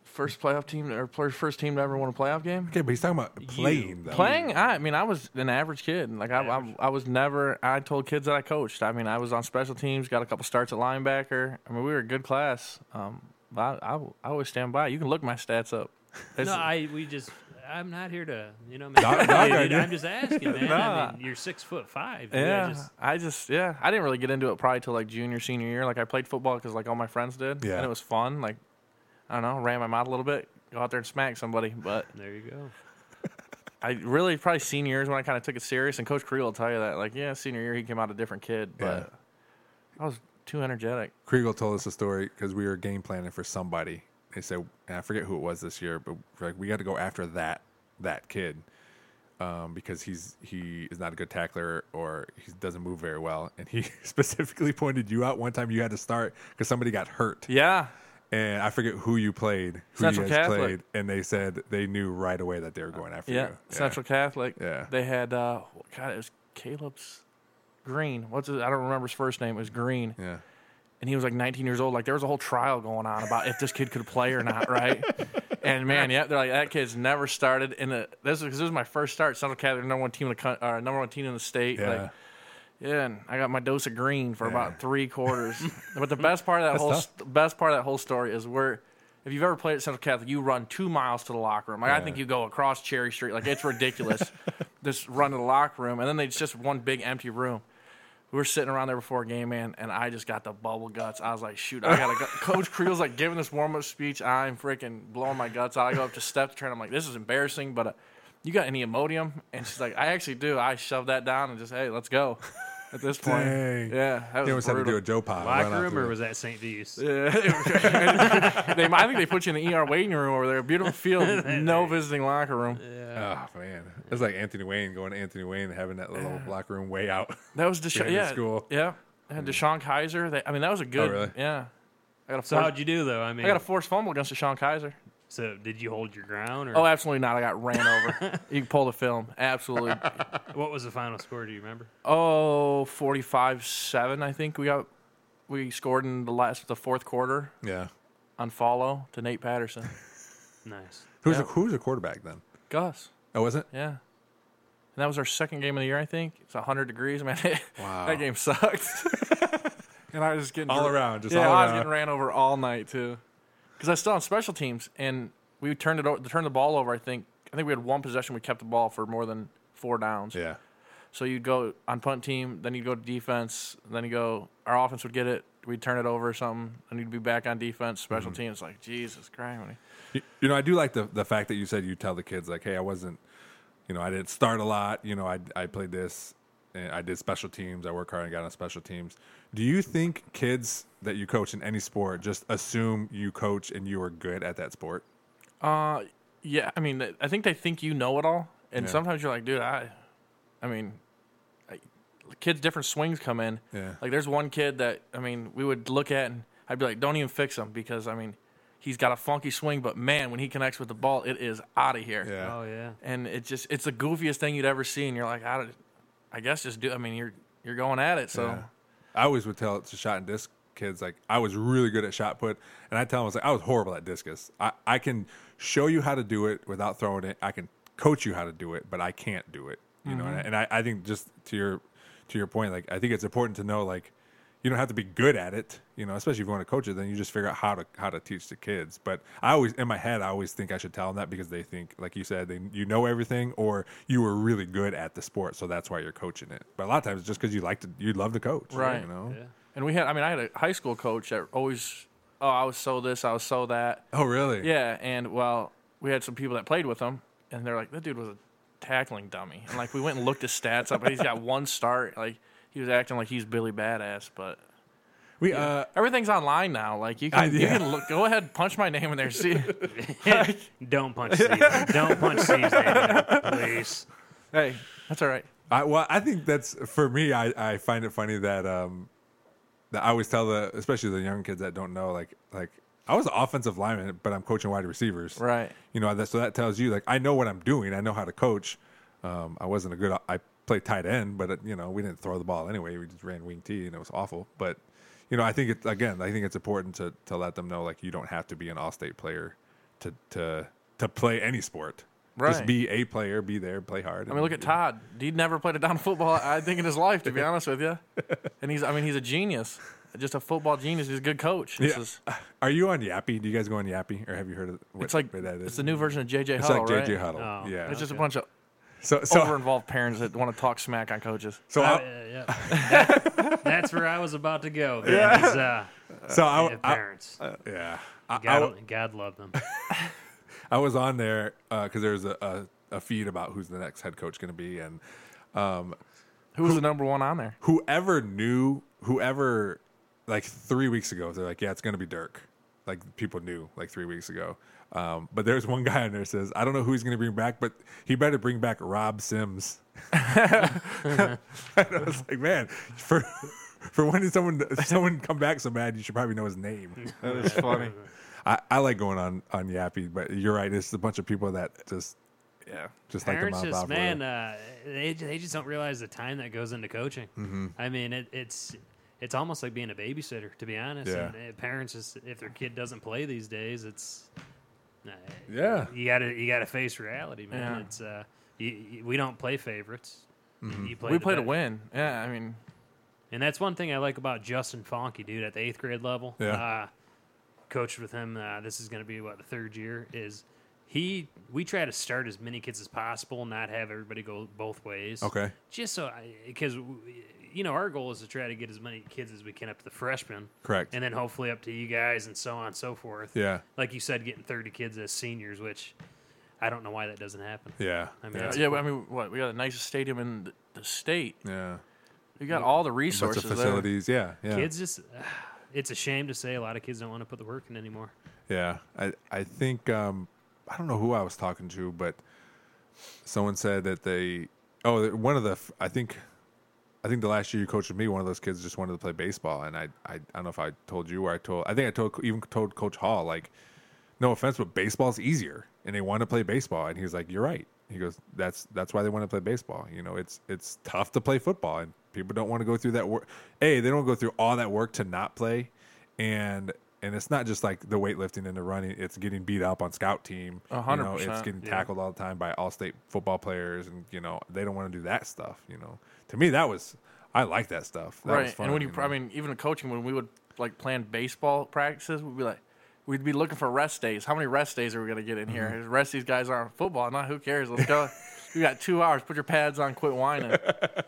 D: First playoff team or pl- first team to ever win a playoff game.
C: Okay, but he's talking about playing, though.
D: Playing, I, I mean, I was an average kid. Like I, I,
E: Average.
D: I was never. I told kids that I coached. I mean, I was on special teams, got a couple starts at linebacker. I mean, we were a good class. Um, but I, I, I always stand by. You can look my stats
E: <laughs>
D: up. It's-
E: No, I we just I'm not here to you know. Make
C: Not-
E: fun
C: not
E: of you,
C: gonna do-
E: dude. I'm just asking, man. I
D: Nah.
E: mean, you're six foot five. dude. I
D: yeah,
E: just-
D: I just yeah, I didn't really get into it probably till like junior senior year. Like I played football because like all my friends did.
C: Yeah.
D: and it was fun. Like I don't know, ran my mouth a little bit, go out there and smack somebody. But
E: there you go.
D: I really probably senior years when I kind of took it serious. And Coach Creel will tell you that. Like yeah, senior year he came out a different kid, but I was too energetic.
C: Kriegel told us a story because we were game planning for somebody. They said, and I forget who it was this year, but we're like we got to go after that that kid um, because he's he is not a good tackler or he doesn't move very well. And he <laughs> specifically pointed you out one time. You had to start because somebody got hurt,
D: Yeah,
C: and I forget who you played, who
D: Central
C: you guys
D: Catholic.
C: played, and they said they knew right away that they were going after
D: yeah,
C: you.
D: Central Catholic.
C: Yeah.
D: they had uh, God, it was Caleb's Green. What's his? I don't remember his first name. It was Green.
C: Yeah.
D: and he was like 19 years old. Like there was a whole trial going on about if this kid could play or not, <laughs> right? And man, yeah, they're like that kid's never started in a. This is 'cause this was my first start. Central Cat, number one team in the coun- uh, number one team in the state.
C: Yeah.
D: Like, yeah, and I got my dose of green for
C: Yeah.
D: about
C: <laughs>
D: three quarters. but the best part of that whole
C: tough.
D: st- best part of that whole story is where, if you've ever played at Central Catholic, you run two miles to the locker room. Like I think you go across Cherry Street. Like
C: <laughs>
D: it's ridiculous. just run to the locker room, and then it's just one big empty room. We were sitting around there before a game, man, and I just got the bubble guts. I was like, shoot,
C: <laughs>
D: I gotta go. Coach Creel's like giving this warm up speech. I'm freaking blowing my guts out. I go up to step to turn. I'm like, this is embarrassing, but uh, you got any Imodium? And she's like, I actually do. I shoved that down and just, hey, let's go. At this point,
C: Dang.
D: yeah, that
C: They almost
D: was
C: had to do
D: brutal.
C: a Joe Pop.
E: Locker room or was that St.
D: <laughs>
E: Deuce?
D: Yeah. they, I think they put you in the ER waiting room over there.
C: <laughs>
D: Beautiful field, no visiting locker room.
C: Oh man, it's like Anthony Wayne going to Anthony Wayne and having that little locker room way out.
D: That was
C: Yeah,
D: Deshaun.
C: in
D: Yeah,
C: school. Mm. Oh,
D: yeah. They had Deshaun Kaiser. They, I mean, that was a good.
C: really?
D: Yeah, I got a
E: So
D: forced,
E: how'd you do though? I mean,
D: I got a forced fumble against Deshaun Kaiser.
E: so did you hold your ground or
D: Oh, absolutely not. I got ran over. you can pull the film. Absolutely.
E: what was the final score? Do you remember?
D: Oh, 45 7, I think we got. We scored in the last, the fourth quarter
C: Yeah.
D: on follow to Nate Patterson.
E: Nice.
C: Who's the who's the quarterback then?
D: Gus,
C: Oh, was it?
D: yeah. And that was our second game of the year, I think. It's 100 degrees, man. <laughs>
C: Wow.
D: that game sucked. <laughs> and I was just getting
C: All
D: dr-
C: around, just
D: yeah,
C: all
D: I was
C: around.
D: getting ran over all night too, because I was still on special teams, and we turned it over, turned the ball over. I think I think we had one possession. We kept the ball for more than four downs.
C: Yeah.
D: So you'd go on punt team, then you'd go to defense, then you go. Our offense would get it. We'd turn it over or something, and you'd be back on defense, special
C: Mm-hmm.
D: teams. Like Jesus Christ, man.
C: You, you know, I do like the the fact that you said you tell the kids like, "Hey, I wasn't, you know, I didn't start a lot. You know, I I played this, and I did special teams. I work hard and got on special teams." Do you think kids that you coach in any sport just assume you coach and you are good at that sport?
D: Uh, yeah. I mean, th- I think they think you know it all, and
C: Yeah.
D: sometimes you're like, dude, I, I mean, I, kids different swings come in.
C: Yeah.
D: Like there's one kid that I mean we would look at and I'd be like, don't even fix him because I mean he's got a funky swing, but man, when he connects with the ball, it is out of here.
C: Yeah.
E: Oh yeah.
D: And it just it's the goofiest thing you'd ever see, and you're like, I, don't- I guess just do. I mean, you're you're going at it, so.
C: Yeah. I always would tell to shot and disc kids like I was really good at shot put, and I tell them I was like I was horrible at discus. I, I can show you how to do it without throwing it. I can coach you how to do it, but I can't do it. You know, and, I, and I, I think just to your to your point, like I think it's important to know like you don't have to be good at it. You know, especially if you want to coach it, then you just figure out how to how to teach the kids. But I always in my head I always think I should tell them that because they think like you said they you know everything or you were really good at the sport, so that's why you're coaching it. But a lot of times it's just because you like to you love to coach.
D: Right.
C: You know?
D: And we had, I mean, I had a high school coach that always, oh, I was so this, I was so that.
C: Oh, really?
D: Yeah, and well, we had some people that played with him, and they're like, that dude was a tackling dummy. And like, we went and looked his stats up, and he's got one start. Like, he was acting like he's Billy Badass, but
C: We, uh,
D: everything's online now. Like, you can,
C: I- yeah.
D: you can look, go ahead, punch my name in there, see.
C: <laughs>
E: Don't <laughs> punch Steve. Don't punch Steve's name, please.
D: hey, that's all right.
C: I, well, I think that's for me. I, I find it funny that um, that I always tell the especially the young kids that don't know like like I was an offensive lineman, but I'm coaching wide receivers.
D: Right.
C: You know that so that tells you like I know what I'm doing. I know how to coach. Um, I wasn't a good. I played tight end, but uh you know we didn't throw the ball anyway. We just ran wing T, and it was awful. But you know I think it's again I think it's important to to let them know like you don't have to be an all state player to to to play any sport. Just
D: Right.
C: be a player, be there, play hard.
D: I mean, look at Todd. He never played a down football, I think, in his
C: <laughs>
D: life, to be honest with you. And he's, I mean, he's a genius, just a football genius. He's a good coach. It's,
C: Yeah.
D: just-
C: Are you on Yappy? Do you guys go on Yappy, or have you heard of what,
D: it's like,
C: what that is?
D: it's the new version of JJ
C: It's
D: Huddle,
C: like
D: right?
C: JJ Huddle.
E: Oh.
C: yeah.
D: It's just a bunch of
C: so so
D: over-involved parents that want to talk smack on coaches.
C: so
E: Uh,
C: I,
E: yeah. That- that's where I was about to go. Yeah. uh, Is, uh,
C: so I,
E: yeah,
C: I
E: parents.
C: yeah. I, I,
E: God, God love them.
C: I was on there because there was a, a a feed about who's the next head coach going to be, and
D: Who was the number one on there?
C: whoever knew, whoever like three weeks ago, they're like, yeah, it's going to be Dirk. Like people knew like three weeks ago. Um, but there's one guy on there says, I don't know who he's going to bring back, but he better bring back Rob Sims. <laughs> and I was like, man, for for when did someone someone come back so bad, you should probably know his name.
D: <laughs> That is funny.
C: I, I like going on on Yappy, but you're right. It's a bunch of people that just
D: yeah.
C: just
E: parents
C: like the
E: just
C: mouth Mm-hmm.
E: man uh, they, they just don't realize the time that goes into coaching i mean it, it's it's almost like being a babysitter, to be honest.
C: Yeah.
E: And uh, parents, just, if their kid doesn't play these days, it's uh,
C: Yeah.
E: you gotta you gotta face reality, man.
D: Yeah.
E: It's uh, you, you- we don't play favorites.
C: Mm-hmm.
E: You play
D: we
E: the
D: play to
E: best.
D: win. Yeah, I mean,
E: And that's one thing I like about Justin Fonky, dude, at the eighth grade level.
C: Yeah.
E: Uh, coached with him. Uh, this is going to be what the third year is. He we try to start as many kids as possible, not have everybody go both ways.
C: Okay.
E: Just so because you know our goal is to try to get as many kids as we can up to the freshmen,
C: Correct.
E: and then hopefully up to you guys and so on and so forth.
C: yeah.
E: Like you said, getting thirty kids as seniors, which I don't know why that doesn't happen.
C: Yeah.
E: I mean,
C: yeah.
E: that's
D: yeah. I mean, what we got the nicest stadium in th- the state.
C: yeah.
D: We got all the
C: Bunch of
D: resources. there.
C: facilities. Yeah. Yeah.
E: Kids just. it's a shame to say a lot of kids don't want to put the work in anymore.
C: Yeah, I I think um, I don't know who I was talking to, but someone said that they oh that one of the I think I think the last year you coached with me, one of those kids just wanted to play baseball, and I I, I don't know if I told you or I told I think I told even told Coach Hall like no offense, but baseball's easier, and they want to play baseball, and he was like you're right. He goes that's that's why they want to play baseball. You know it's it's tough to play football, and people don't want to go through that work. A they don't go through all that work to not play, and and it's not just like the weightlifting and the running; it's getting beat up on scout team.
D: A hundred
C: You know, It's
D: percent.
C: getting tackled all the time by all-state football players, and you know they don't want to do that stuff. You know, to me that was I like that stuff. That
D: right.
C: was fun,
D: and when you,
C: know?
D: I mean, even in coaching, when we would like plan baseball practices, we'd be like, we'd be looking for rest days. How many rest days are we gonna get in
C: Mm-hmm.
D: here? Rest these guys aren't football. Not who cares? Let's
C: <laughs>
D: go. you got two hours. Put your pads on. Quit whining.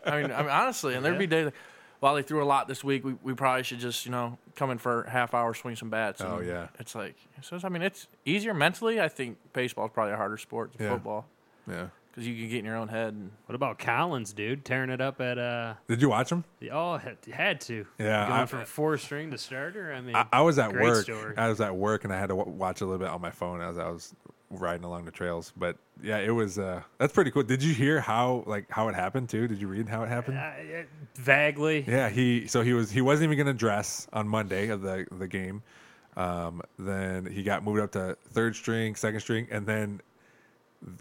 D: I mean, I mean, honestly, and there'd be days. Like, well, they threw a lot this week. We, we probably should just you know come in for a half hour, swing some bats. and
C: Oh, yeah.
D: It's like so. it's- I mean, it's easier mentally. I think baseball's probably a harder sport than
C: Yeah.
D: football
C: yeah.
D: because you can get in your own head. And,
E: What about Collins, dude? Tearing it up at uh
C: Did you watch them?
E: the oh had, had to.
C: Yeah,
E: Going
C: I-
E: from four string to starter. I mean
C: I, I was at
E: great
C: work.
E: story.
C: I was at work, and I had to w- watch a little bit on my phone as I was riding along the trails. But yeah, it was uh, that's pretty cool. Did you hear how like how it happened too? Did you read how it happened?
E: I- I- vaguely.
C: Yeah, he so he was he wasn't even going to dress on Monday of the the game. Um, then he got moved up to third string, second string, and then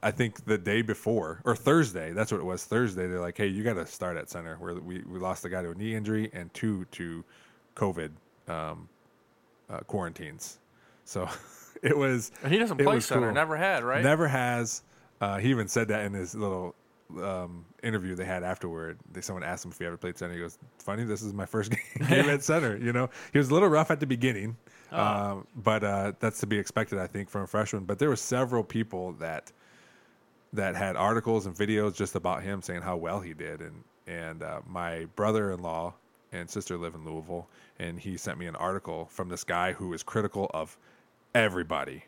C: I think the day before or Thursday, that's what it was. Thursday, they're like, "Hey, you got to start at center. Where we we lost the guy to a knee injury and two to COVID um, uh, quarantines." So <laughs> it was.
D: and he doesn't
C: it
D: play
C: was
D: center.
C: cool.
D: Never had right.
C: Never has. Uh, he even said that in his little um, interview they had afterward. They, someone asked him if he ever played center. He goes, "Funny, this is my first <laughs> game game at center." You know, he was a little rough at the beginning, um, but uh, that's to be expected, I think, from a freshman. But there were several people that that had articles and videos just about him saying how well he did. And and uh, my brother in law and sister live in Louisville, and he sent me an article from this guy who is critical of everybody,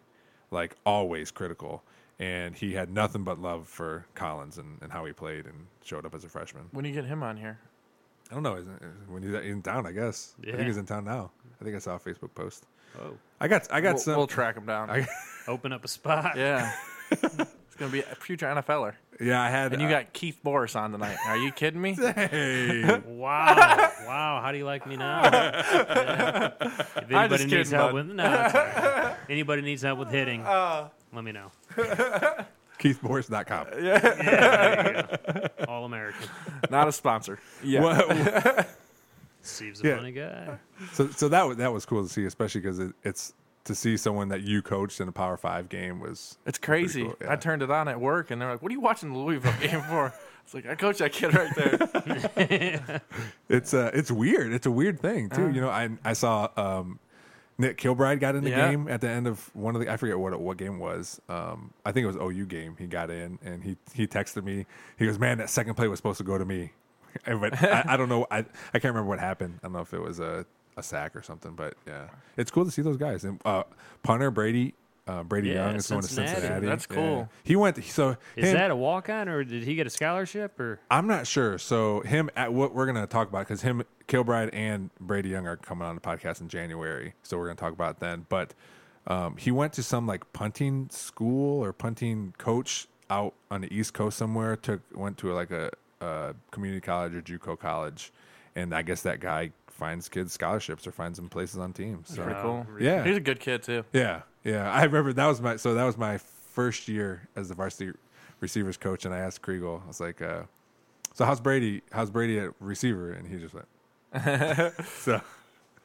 C: like always critical. And he had nothing but love for Collins and, and how he played and showed up as a freshman.
D: When do you get him on here?
C: I don't know isn't- when he's in town. I guess I
E: Yeah.
C: think he's in town now. I think I saw a Facebook post.
E: Oh.
C: I got I got
D: we'll,
C: some.
D: we'll track him down.
C: I-
E: Open up a
D: <laughs>
E: spot.
D: yeah. it's going to be a future NFLer.
C: yeah, I had.
D: er. And you got Keith Boris on tonight. Are you
C: <laughs>
D: kidding me?
C: got hey.
E: Wow.
C: <laughs>
E: wow. How do you like me now? Yeah. If anybody
D: just
E: needs
D: kidding,
E: help
D: bud.
E: with no, it's all
C: <laughs>
E: right. anybody needs help with hitting,
C: Uh.
E: let me know.
C: <laughs> KeithMorris.com.
E: There you go. All American.
D: Not a sponsor. Yeah.
C: What,
E: Steve's a
C: Yeah.
E: funny guy.
C: So, so that was that was cool to see, especially because it, it's to see someone that you coached in a Power Five game was
D: It's crazy.
C: cool, yeah.
D: I turned it on at work and they're like, what are you watching the Louisville game for? <laughs> It's like, I coach that kid right
C: <laughs>
D: there.
C: it's uh it's weird. It's a weird thing
E: Uh-huh.
C: too. you know, I I saw um Nick Kilbride got in the
D: Yeah.
C: game at the end of one of the I forget what it- what game it was. Um I think it was OU game. He got in and he he texted me. He goes, "Man, that second play was supposed to go to me." <laughs> but I, I don't know. I I can't remember what happened. I don't know if it was a a sack or something, but yeah. It's cool to see those guys. And uh punter Brady uh, Brady
E: Yeah,
C: Young is going to
E: Cincinnati.
C: Cincinnati.
D: That's
C: Yeah.
D: cool.
C: He went so
E: Is
C: him-
E: that a walk on or did he get a scholarship or
C: I'm not sure. So him at what we're gonna talk about because him Kilbride and Brady Young are coming on the podcast in January, so we're gonna talk about it then. But um, he went to some like punting school or punting coach out on the East Coast somewhere. Took went to like a, a community college or JUCO college, and I guess that guy finds kids scholarships or finds them places on teams. So
D: Pretty cool.
C: yeah,
D: He's a good kid, too.
C: yeah, yeah. I remember that was my so that was my first year as the varsity receivers coach, and I asked Kriegel, I was like, uh, "So how's Brady? How's Brady at receiver?" And he just went, <laughs> so,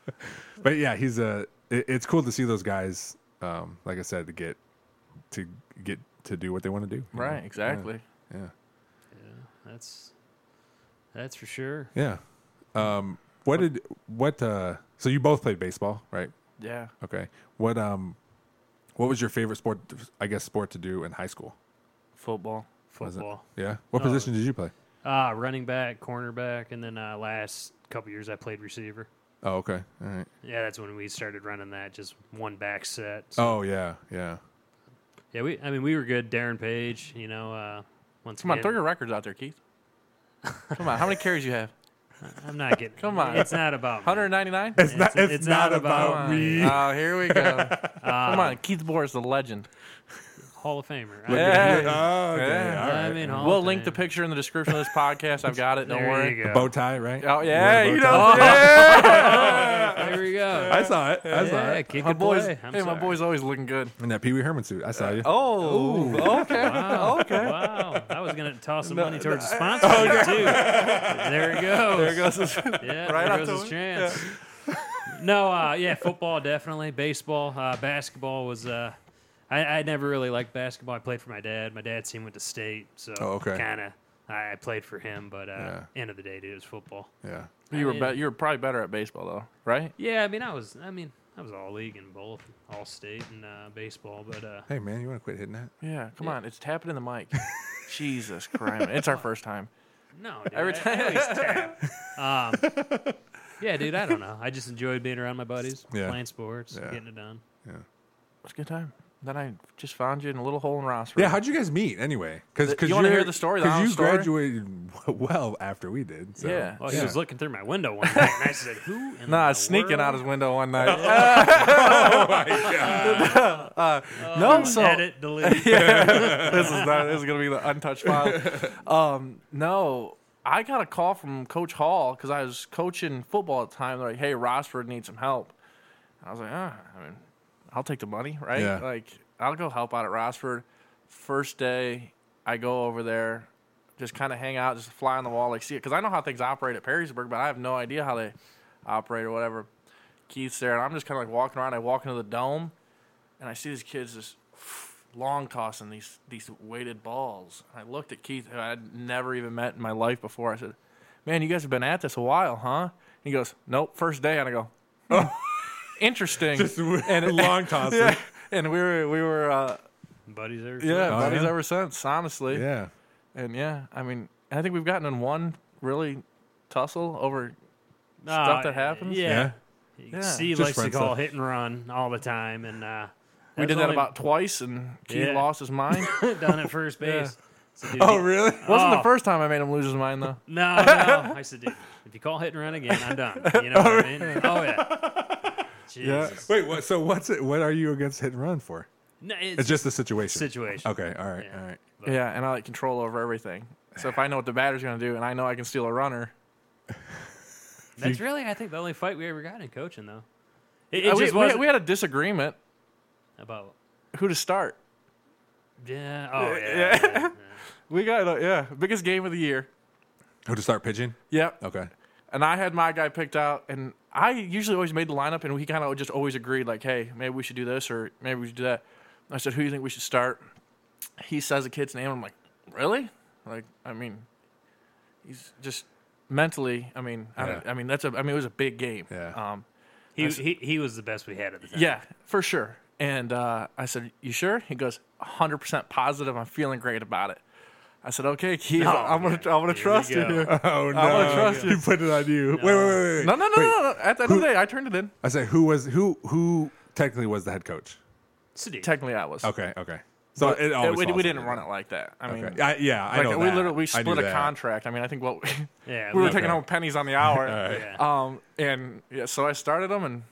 C: <laughs> but yeah, he's a. it- it's cool to see those guys. Um, like I said, to get to get to do what they want to do. you know?
D: Right, exactly.
C: Yeah.
E: That's that's for sure.
C: Yeah. Um, what did what? Uh, so you both played baseball, right?
D: Yeah.
C: Okay. What um, what was your favorite sport? I guess sport to do in high school.
D: Football.
C: Was it-
E: Football.
C: Yeah. What
E: Oh.
C: position did you play?
E: Uh, running back, cornerback, and then uh, last couple years I played receiver.
C: Oh, okay. All right.
E: Yeah, that's when we started running that just one back set. So,
C: Oh, yeah, yeah.
E: Yeah, we I mean we were good. Darren Page, you know, uh, once
D: Come on,
E: again,
D: throw your records out there, Keith. Come on, how many carries you have?
E: I'm not getting.
D: <laughs> Come on.
E: it's not about me.
D: 199?
C: It's not. It's, not, about,
E: about
C: me.
D: Oh, here we go.
C: <laughs>
D: Come on, Keith Boris, the legend.
E: Hall of Famer.
D: at
E: I,
D: you.
C: Yeah.
D: Yeah.
C: Oh, okay.
D: Yeah.
C: All right.
E: I mean, Hall
D: We'll
E: of
D: link the
E: Fame.
D: picture in the description of this podcast. I've got it. Don't
E: there
D: worry.
E: You go.
C: Bow tie, right?
D: Oh yeah,
C: You
D: you
C: wear a
D: know.
C: bow tie.
E: <laughs>
D: yeah.
E: There we go.
C: I saw it. I saw
E: Oh, yeah,
C: it.
E: kick
D: my
E: it
D: boys.
E: play. I'm
D: hey,
E: sorry.
D: my boys always looking good.
C: In that Pee Wee Herman suit. I saw you.
D: Oh, okay.
E: Wow.
D: Oh,
E: <laughs>
D: Okay.
E: Wow. I was gonna toss some money towards the sponsor there, too. There it goes.
D: oh, There goes. His,
E: <laughs> Yeah,
D: Right
E: there
D: off
E: goes
D: the
E: his
D: win-
E: chance. no, uh, yeah, football definitely. Baseball, uh, basketball was. Uh, I, I never really liked basketball. I played for my dad. My dad's team went to state, so
C: Oh, okay.
E: kind of. I, I played for him, but uh,
C: Yeah.
E: end of the day, dude, it was football.
C: Yeah.
D: you were
E: mean-
D: be- you were probably better at baseball though, right?
E: Yeah, I mean, I was. I mean, I was all league in both, all state and uh, baseball. But uh,
C: Hey man, you want to quit hitting that?
D: Yeah. Come on, it's tapping in the
E: <laughs>
D: mic. Jesus Christ, man, it's our first time.
E: no,
D: <laughs>
E: dude,
D: Every
E: I- I always tap. Um,
D: <laughs>
E: yeah, dude, I don't know. I just enjoyed being around my buddies,
C: Yeah.
E: playing sports,
C: Yeah.
E: getting it done.
D: It's a good time. Then I just found you in a little hole in Ross.
C: Yeah. How'd you guys meet anyway? Because
D: Th- you wanna hear the story, the
C: Because you
D: honest story?
C: graduated <laughs> w- well after we did. So. <laughs>
D: Yeah.
E: Well, he
C: Yeah.
E: was looking through my window one night, and I said, "Who?" In
D: Nah, I
E: the
D: was sneaking
E: world? Oh
D: out his window one
E: <laughs>
D: night. <laughs> Uh, no, so <laughs>
E: edit, delete.
D: this is not, this is gonna be the untouched file. Um, no, I got a call from Coach Hall because I was coaching football at the time. They're like, "Hey, Rossford needs some help." And I was like, "Ah, I mean, I'll take the money, right?
C: Yeah.
D: Like, I'll go help out at Rossford." First day, I go over there, just kind of hang out, just fly on the wall, like see it, because I know how things operate at Perrysburg, but I have no idea how they operate or whatever. Keith's there, and I'm just kind of like walking around. I walk into the dome, and I see these kids just long tossing these these weighted balls. I looked at Keith, who I'd never even met in my life before. I said, "Man, you guys have been at this a while, huh?" And he goes, "Nope, first day." And I go, "Hmm,
C: <laughs>
D: "Interesting."
C: and long toss.
D: yeah. <laughs> And we were we were uh,
E: Buddies there.
D: yeah
C: Oh,
D: buddies
C: yeah?
D: ever since, honestly.
C: Yeah.
D: And yeah, I mean, I think we've gotten in one really tussle over stuff that happens?
E: Yeah. Steve
C: Just
E: likes to
C: friend
E: call
C: stuff.
E: hit and run all the time, and uh,
D: we did that about twice, and Keith
E: Yeah.
D: lost
C: <laughs>
D: his mind.
E: <laughs> done at
D: <laughs>
E: first base. So, dude,
C: Oh
E: he-
C: <laughs> really?
D: Wasn't
E: Oh.
D: the first time I made him lose his mind though. <laughs>
E: No, no. I said, dude, if you call hit and run again, I'm done.
D: <laughs>
E: You know what I mean? Oh yeah. <laughs> Jesus.
C: Wait. What, so what's it? What are you against hit and run for?
E: No, it's,
C: It's just the situation.
E: situation.
C: Okay. All right.
E: Yeah.
C: All right.
D: Yeah, and I like control over everything. So if I know what the batter's gonna do, and I know I can steal a runner,
E: That's really, I think, the only fight we ever got in coaching, though. It,
D: Uh,
E: it
D: we,
E: just
D: we-
E: wasn't
D: we had a disagreement
E: about.
D: who to start.
E: Yeah. Oh yeah.
D: <laughs>
E: yeah.
D: We got uh, yeah biggest game of the year.
C: Who Oh, to start pitching?
D: Yep.
C: Okay.
D: And I had my guy picked out, and I usually always made the lineup, and we kind of just always agreed like, hey, maybe we should do this or maybe we should do that. I said, who do you think we should start? He says a kid's name. and I'm like, really? Like, I mean, he's just mentally. I mean, I, don't,
C: Yeah.
D: I mean that's a. I mean it was a big game.
C: Yeah.
D: Um,
E: He, he he was the best we had at the time.
D: Yeah, for sure. And uh, I said, "You sure?" He goes, "100% positive. I'm feeling great about it." I said, "Okay, Keith, I'm gonna, I'm gonna
E: we
D: trust you
E: go.
D: here."
C: Oh no!
D: gonna trust you.
C: He put it on you. Wait, wait, wait, wait.
D: <laughs> No, no, no,
C: Wait.
D: no, no. At the end of the day, I turned it in.
C: I say who was who? Who technically was the head coach?
E: Sadiq.
D: Technically, I was.
C: Okay. Okay. So
D: But
C: it always
D: we,
C: falls
D: we
C: on
D: didn't
C: you.
D: run it like that. I mean,
C: Okay. I, yeah, I
D: like,
C: know
D: we
C: that.
D: literally we
C: I knew
D: split a
C: that.
D: contract. I mean, I think what we,
E: Yeah,
D: we were
E: we-
D: taking
C: Okay.
D: home pennies on the hour.
E: Yeah.
D: Um, and yeah, so I started them and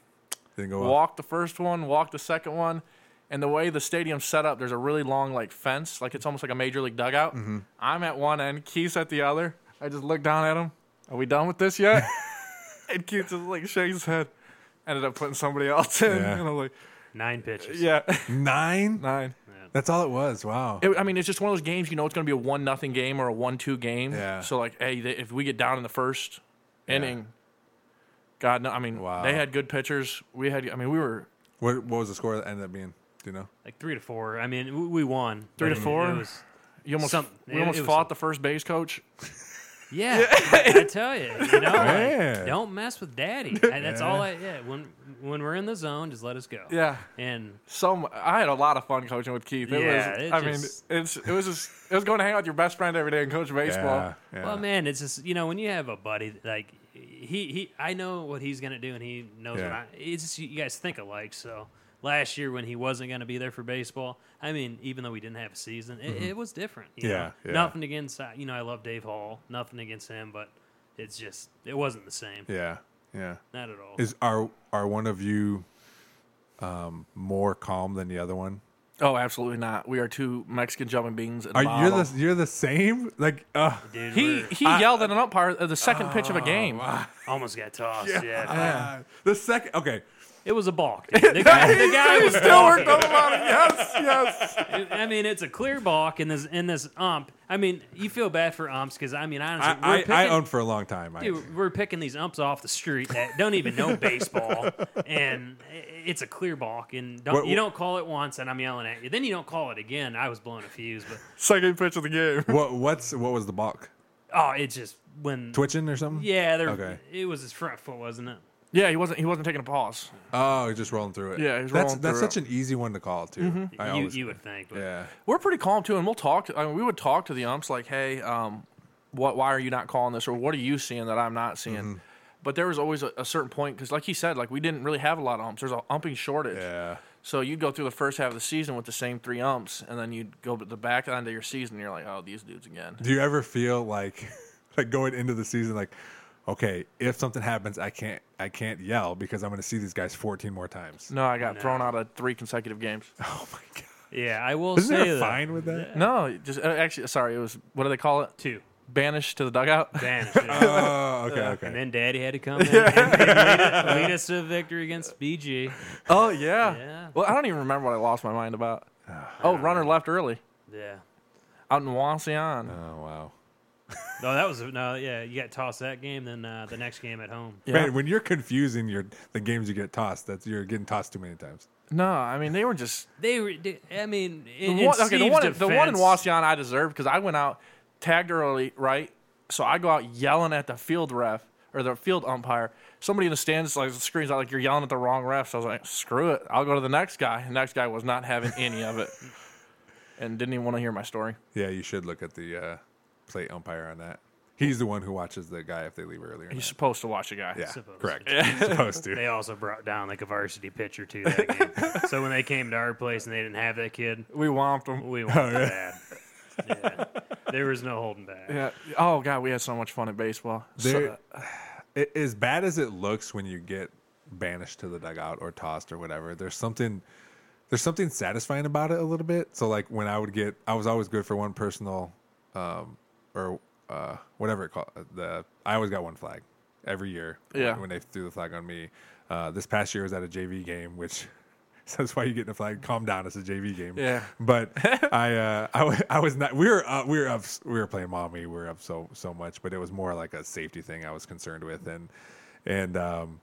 C: Didn't go well.
D: walked the first one, walked the second one, and the way the stadium's set up, there's a really long like fence, like it's almost like a major league dugout.
C: Mm-hmm.
D: I'm at one end, Keith's at the other. I just look down at him. Are we done with this
C: <laughs>
D: yet? and Keith just like shakes his head. Ended up putting somebody else in,
C: Yeah.
D: and I'm like,
E: Nine pitches.
D: yeah, <laughs>
C: Nine.
D: nine.
C: That's all it was. Wow.
D: It- I mean, it's just one of those games. You know, it's going to be a one nothing game or a one two game.
C: Yeah.
D: So like, hey, they, if we get down in the first inning, God, no. I mean,
C: Wow.
D: they had good pitchers. We had. I mean, we were
C: What, what was the score that ended up being? Do you know?
E: like three to four. I mean, we, we won
D: Three
E: but
D: to
E: it-
D: four?
E: It was,
D: You almost
E: Some-
D: we
E: it-
D: almost
E: it was
D: fought
E: some-
D: the first base coach.
E: yeah, I, I tell you, you know, like,
C: Yeah.
E: don't mess
D: <laughs>
E: with daddy. I, that's all. I yeah. When when we're in the zone, just let us go.
D: Yeah.
E: and
D: So mu- I had a lot of fun coaching with Keith. It
E: Yeah,
D: was,
E: it
D: I
E: just-
D: mean, it's it was just it was going to hang out with your best friend every day and coach baseball.
C: Yeah, yeah.
E: well, man, it's just you know when you have a buddy like he he I know what he's gonna do and he knows
C: Yeah.
E: what I. It's just you guys think alike. So last year when he wasn't gonna be there for baseball, I mean, even though we didn't have a season, it, it was different. you
C: Mm-hmm. Yeah,
E: know?
C: yeah.
E: nothing against uh, you know I love Dave Hall, nothing against him, but it's just it wasn't the same,
C: yeah, yeah.
E: not at all.
C: Is are are one of you um, more calm than the other one?
D: Oh, absolutely not. We are two Mexican jumping beans. And
C: Are you the you're the same? Like, uh,
E: Dude,
D: he
E: we're-
D: he yelled at an umpire at the second pitch of a game.
E: almost
C: <laughs>
E: got tossed. Yeah,
C: the second. Okay,
E: it was a balk.
C: <laughs>
E: dude. The guy, the guy was
C: still
E: balking.
C: worked on about it. Yes, yes.
E: I mean, it's a clear balk in this in this ump. I mean, you feel bad for umps because I mean, honestly, we're
C: I,
E: picking,
C: I, I owned for a long time. I,
E: <laughs> dude, we're picking these umps off the street that don't even know
C: <laughs>
E: baseball, and it's a clear balk. And don't,
C: What-
E: you don't call it once, and I'm yelling at you. Then you don't call it again. I was blowing a fuse, but
D: Second pitch of the game.
C: what what's what was the balk?
E: oh, it just when
C: Twitching or something?
E: yeah, there
C: Okay.
E: it was his front foot, wasn't it?
D: Yeah, he wasn't he wasn't taking a pause.
C: Oh, he's just rolling through Mm-hmm. it.
D: Yeah, he's
C: that's
D: rolling
C: that's
D: through
C: such an easy one to call too. I
E: you,
C: always-
E: you would think, but
C: yeah.
D: We're pretty calm too, and we'll talk. To, I mean, we would talk to the umps like, "Hey, um, what? Why are you not calling this? Or what are you seeing that I'm not seeing?" But there was always a, a certain point because, like he said, like we didn't really have a lot of umps. There's a umping shortage.
C: Yeah.
D: So you'd go through the first half of the season with the same three umps, and then you'd go to the back end of your season, and you're like, oh, these dudes again.
C: Do you ever feel like <laughs> like going into the season like okay, if something happens, I can't I can't yell because I'm going to see these guys 14 more
E: <laughs>
C: times.
D: No, I got thrown out of three consecutive <laughs> games.
C: Oh my god.
E: yeah, I will
C: Isn't
E: say
C: there a
E: that-
C: fine with that?
D: No, just uh, actually, sorry, it was what do they call it?
C: <laughs>
E: two
D: Banished to the dugout.
E: banished.
C: Oh, okay,
E: And
C: okay.
E: then Daddy had to come in and, and lead, lead us to a victory against BG.
D: <laughs> oh yeah.
E: Yeah.
D: Well, I don't even remember what I lost my mind <sighs> about. Oh, runner left early
E: Yeah.
D: out in Wasion.
C: Oh wow.
E: No, that was no. Yeah, you got tossed that game, then uh, the next game at home.
D: Yeah.
C: Man, when you're confusing your the games you get tossed, that's you're getting tossed too many times.
D: No, I mean they were just
E: They, were, they- I mean,
D: the
E: in, in
D: one, okay. The one,
E: Steve's
D: the one in
E: defense-
D: Wasion I deserved because I went out tagged early, right? So I go out yelling at the field ref or the field umpire. Somebody in the stands like screams out like you're yelling at the wrong ref. So I was like, screw it, I'll go to the next guy. The next guy was not having any of <laughs> it, and didn't even want to hear my story.
C: Yeah, you should look at the uh, plate umpire on that. He's the one who watches the guy if they leave early. Or
D: He's
C: not.
D: supposed to watch a guy.
C: Yeah,
E: supposed
C: correct. supposed to.
E: They also brought down like a varsity pitcher
D: <laughs>
E: too that game. so when they came to our place and they didn't have that kid,
D: We womped him.
E: we won bad. Yeah. There was no holding back.
D: Yeah. Oh god, we had so much fun at baseball. So-
C: There, it, uh, as bad as it looks when you get banished to the dugout or tossed or whatever, there's something there's something satisfying about it a little bit. So like when I would get, I was always good for one personal, um, or uh, whatever it called. The I always got one flag every year.
D: Yeah.
C: When they threw the flag on me, uh, this past year was at a JV game, which. <laughs> That's why you get in a flag. Calm down. It's a JV game.
D: Yeah.
C: But I, uh, I, wa- I was not. We were, uh, we were up. We were playing mommy. We were up so, so much. But it was more like a safety thing I was concerned with, and, and um,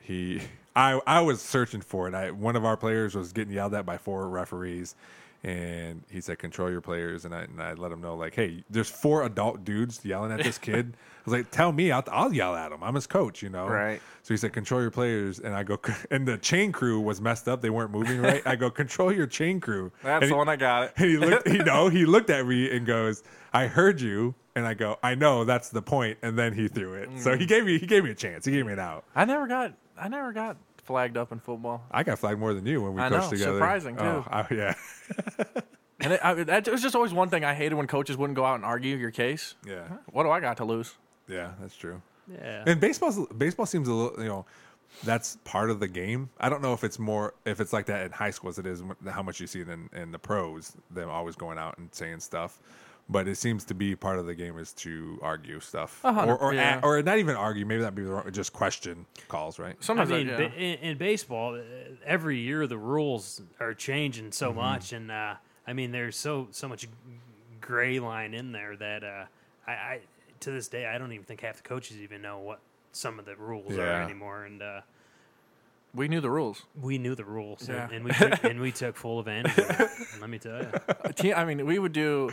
C: he <laughs> I I was searching for it. I one of our players was getting yelled at by four referees and he said control your players and I and I let him know like hey there's four adult dudes yelling at
D: <laughs>
C: this kid. I was like tell me I'll, I'll yell at him. I'm his coach, you know.
D: Right.
C: So he said control your players and I go <laughs> and the chain crew was messed up. They weren't moving right.
D: <laughs>
C: I go control your chain crew. And
D: that's the
C: he-
D: one I got. It.
C: <laughs> and he looked, you know,
D: <laughs>
C: he looked at me and goes, "I heard you." And I go, "I know, that's the point." And then he threw it. So
D: Mm.
C: he gave me, he gave me a chance. He gave me an out.
D: I never got. I never got flagged up in football.
C: I got flagged more than you when we
D: I
C: coached
D: know,
C: together.
D: surprising, too.
C: Oh, I- yeah, <laughs>
D: And it, I, that, it was just always one thing I hated when coaches wouldn't go out and argue your case.
C: yeah,
D: What do I got to lose?
C: yeah. That's true.
E: Yeah.
C: And baseball's baseball seems a little, you know, that's part of the game. I don't know if it's more if it's like that in high school as it is wh- how much you see it in, in the pros them always going out and saying stuff. But it seems to be part of the game is to argue stuff,
D: hundred-
C: or or,
D: yeah.
C: a- or not even argue. Maybe that'd be the wrong, just question calls, right?
D: Sometimes
E: I mean,
D: yeah.
E: ba- in, in baseball, uh, every year the rules are changing so
D: Mm-hmm.
E: much, and uh, I mean, there's so so much gray line in there that uh, I, I to this day I don't even think half the coaches even know what some of the rules are
C: Yeah.
E: anymore, and uh,
D: We knew the rules.
E: we knew the rules, and-
D: Yeah.
E: and, we took, and we took full advantage.
D: <laughs>
E: of it, Let me tell you,
D: A team- I mean, we would do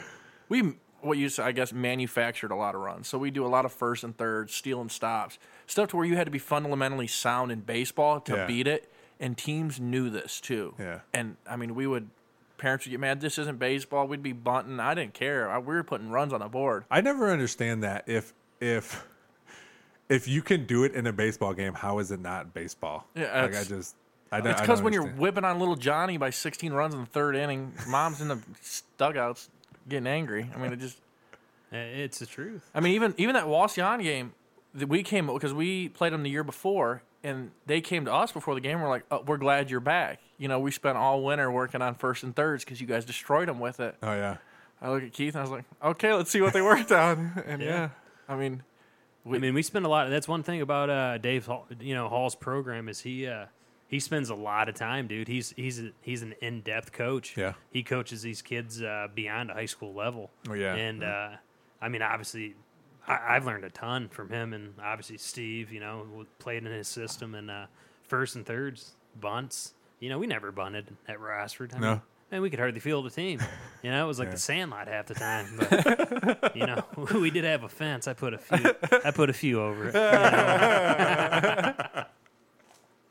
D: we what you say, I guess manufactured a lot of runs. So we do a lot of first and thirds, stealing stops, stuff to where you had to be fundamentally sound in baseball to
C: Yeah.
D: beat it, and teams knew this too.
C: Yeah.
D: and I mean, we would parents would get mad. This isn't baseball. We'd be bunting. I didn't care. I, we were putting runs on the board.
C: I never understand that if if if you can do it in a baseball game, how is it not baseball?
D: Yeah,
C: like I
D: it's-
C: just I don't.
D: It's
C: I
D: because
C: don't
D: when you're
C: understand.
D: whipping on little Johnny by 16 runs in the third inning, mom's in the dugouts getting angry. I mean, it just.
E: Uh, it's the truth.
D: I mean, even even that Wasion game, that we came because we played them the year before, and they came to us before the game. We're like, oh, we're glad you're back. You know, we spent all winter working on first and thirds because you guys destroyed them with it.
C: Oh yeah,
D: I look at Keith and I was like, okay, let's see what they worked on. <laughs> And yeah,
E: Yeah.
D: I mean,
E: I mean, we spend a lot. That's one thing about uh, Dave, Hall, you know, Hall's program is he uh, he spends a lot of time, dude. He's he's a, he's an in depth coach.
C: Yeah.
E: he coaches these kids uh, beyond a high school level.
C: Oh, yeah.
E: and Uh, I mean, obviously, I, I've learned a ton from him, and obviously Steve, you know, w- played in his system and uh, first and thirds bunts. You know, we never bunted at Rossford. I
C: No.
E: mean, Man, we could hardly field
C: <laughs>
E: a team. You know, it was like the Sandlot half the time. But you know, <laughs> we did have a fence. I put a few. I put a few over it.
C: <laughs>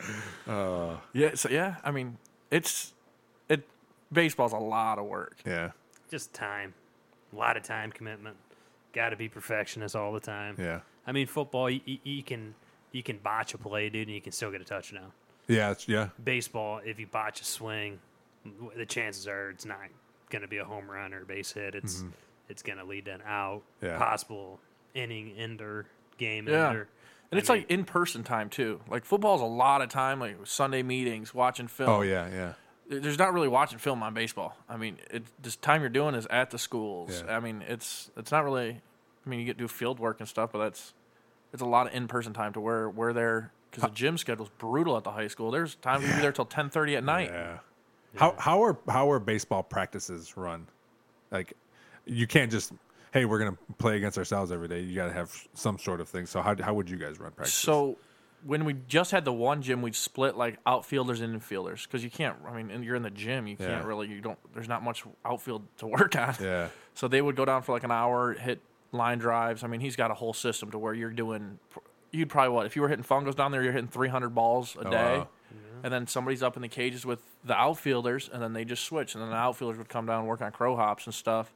D: yeah, so yeah, I mean, it's it baseball's a lot of work.
C: yeah,
E: Just time, a lot of time commitment. Got to be perfectionist all the time.
C: yeah,
E: I mean, football, you, you can you can botch a play, dude, and you can still get a touchdown.
C: yeah, it's, yeah.
E: Baseball, if you botch a swing, w- the chances are it's not going to be a home run or a base hit. It's it's going to lead to an out,
C: Yeah.
E: possible inning ender, game
D: Yeah.
E: ender.
D: And it's like in person time too. Like football's a lot of time, like Sunday meetings, watching film.
C: Oh yeah, yeah.
D: there's not really watching film on baseball. I mean, it this time you're doing is at the schools.
C: Yeah.
D: I mean, it's it's not really. I mean, you get to do field work and stuff, but that's it's a lot of in person time to where we're there because the gym schedule's brutal at the high school. There's times we be there till ten thirty at night.
C: Yeah. How how are how are baseball practices run? Like, you can't just hey we're gonna play against ourselves every day. You got to have some sort of thing. So how how would you guys run practices?
D: So when we just had the one gym, we'd split like outfielders and infielders because you can't. I mean, and you're in the gym, you can't
C: Yeah.
D: really. You don't. There's not much outfield to work on.
C: yeah,
D: So they would go down for like an hour, hit line drives. I mean, he's got a whole system to where you're doing, you'd probably what if you were hitting fungos down there, you're hitting 300 balls a day,
C: wow.
D: and then somebody's up in the cages with the outfielders, and then they just switch, and then the outfielders would come down and work on crow hops and stuff.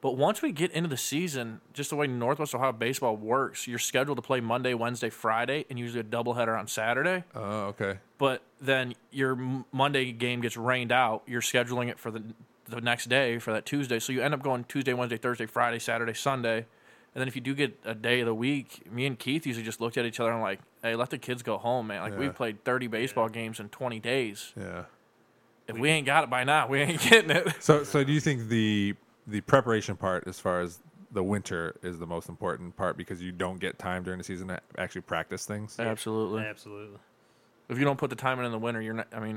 D: But once we get into the season, just the way Northwest Ohio baseball works, you're scheduled to play Monday, Wednesday, Friday, and usually a doubleheader on Saturday
C: oh okay,
D: but then your M- Monday game gets rained out. You're scheduling it for the the next day for that Tuesday, so you end up going Tuesday, Wednesday, Thursday, Friday, Saturday, Sunday, and then if you do get a day of the week, me and Keith usually just looked at each other and like, hey, let the kids go home, man. Like
C: Yeah.
D: we've played 30 baseball games in 20 days.
C: yeah.
D: If we ain't got it by now, we ain't <laughs> getting it.
C: So, so do you think the the preparation part, as far as the winter, is the most important part because you don't get time during the season to actually practice things?
D: Uh, Absolutely.
E: absolutely.
D: If you don't put the time in in the winter, you're not. I mean,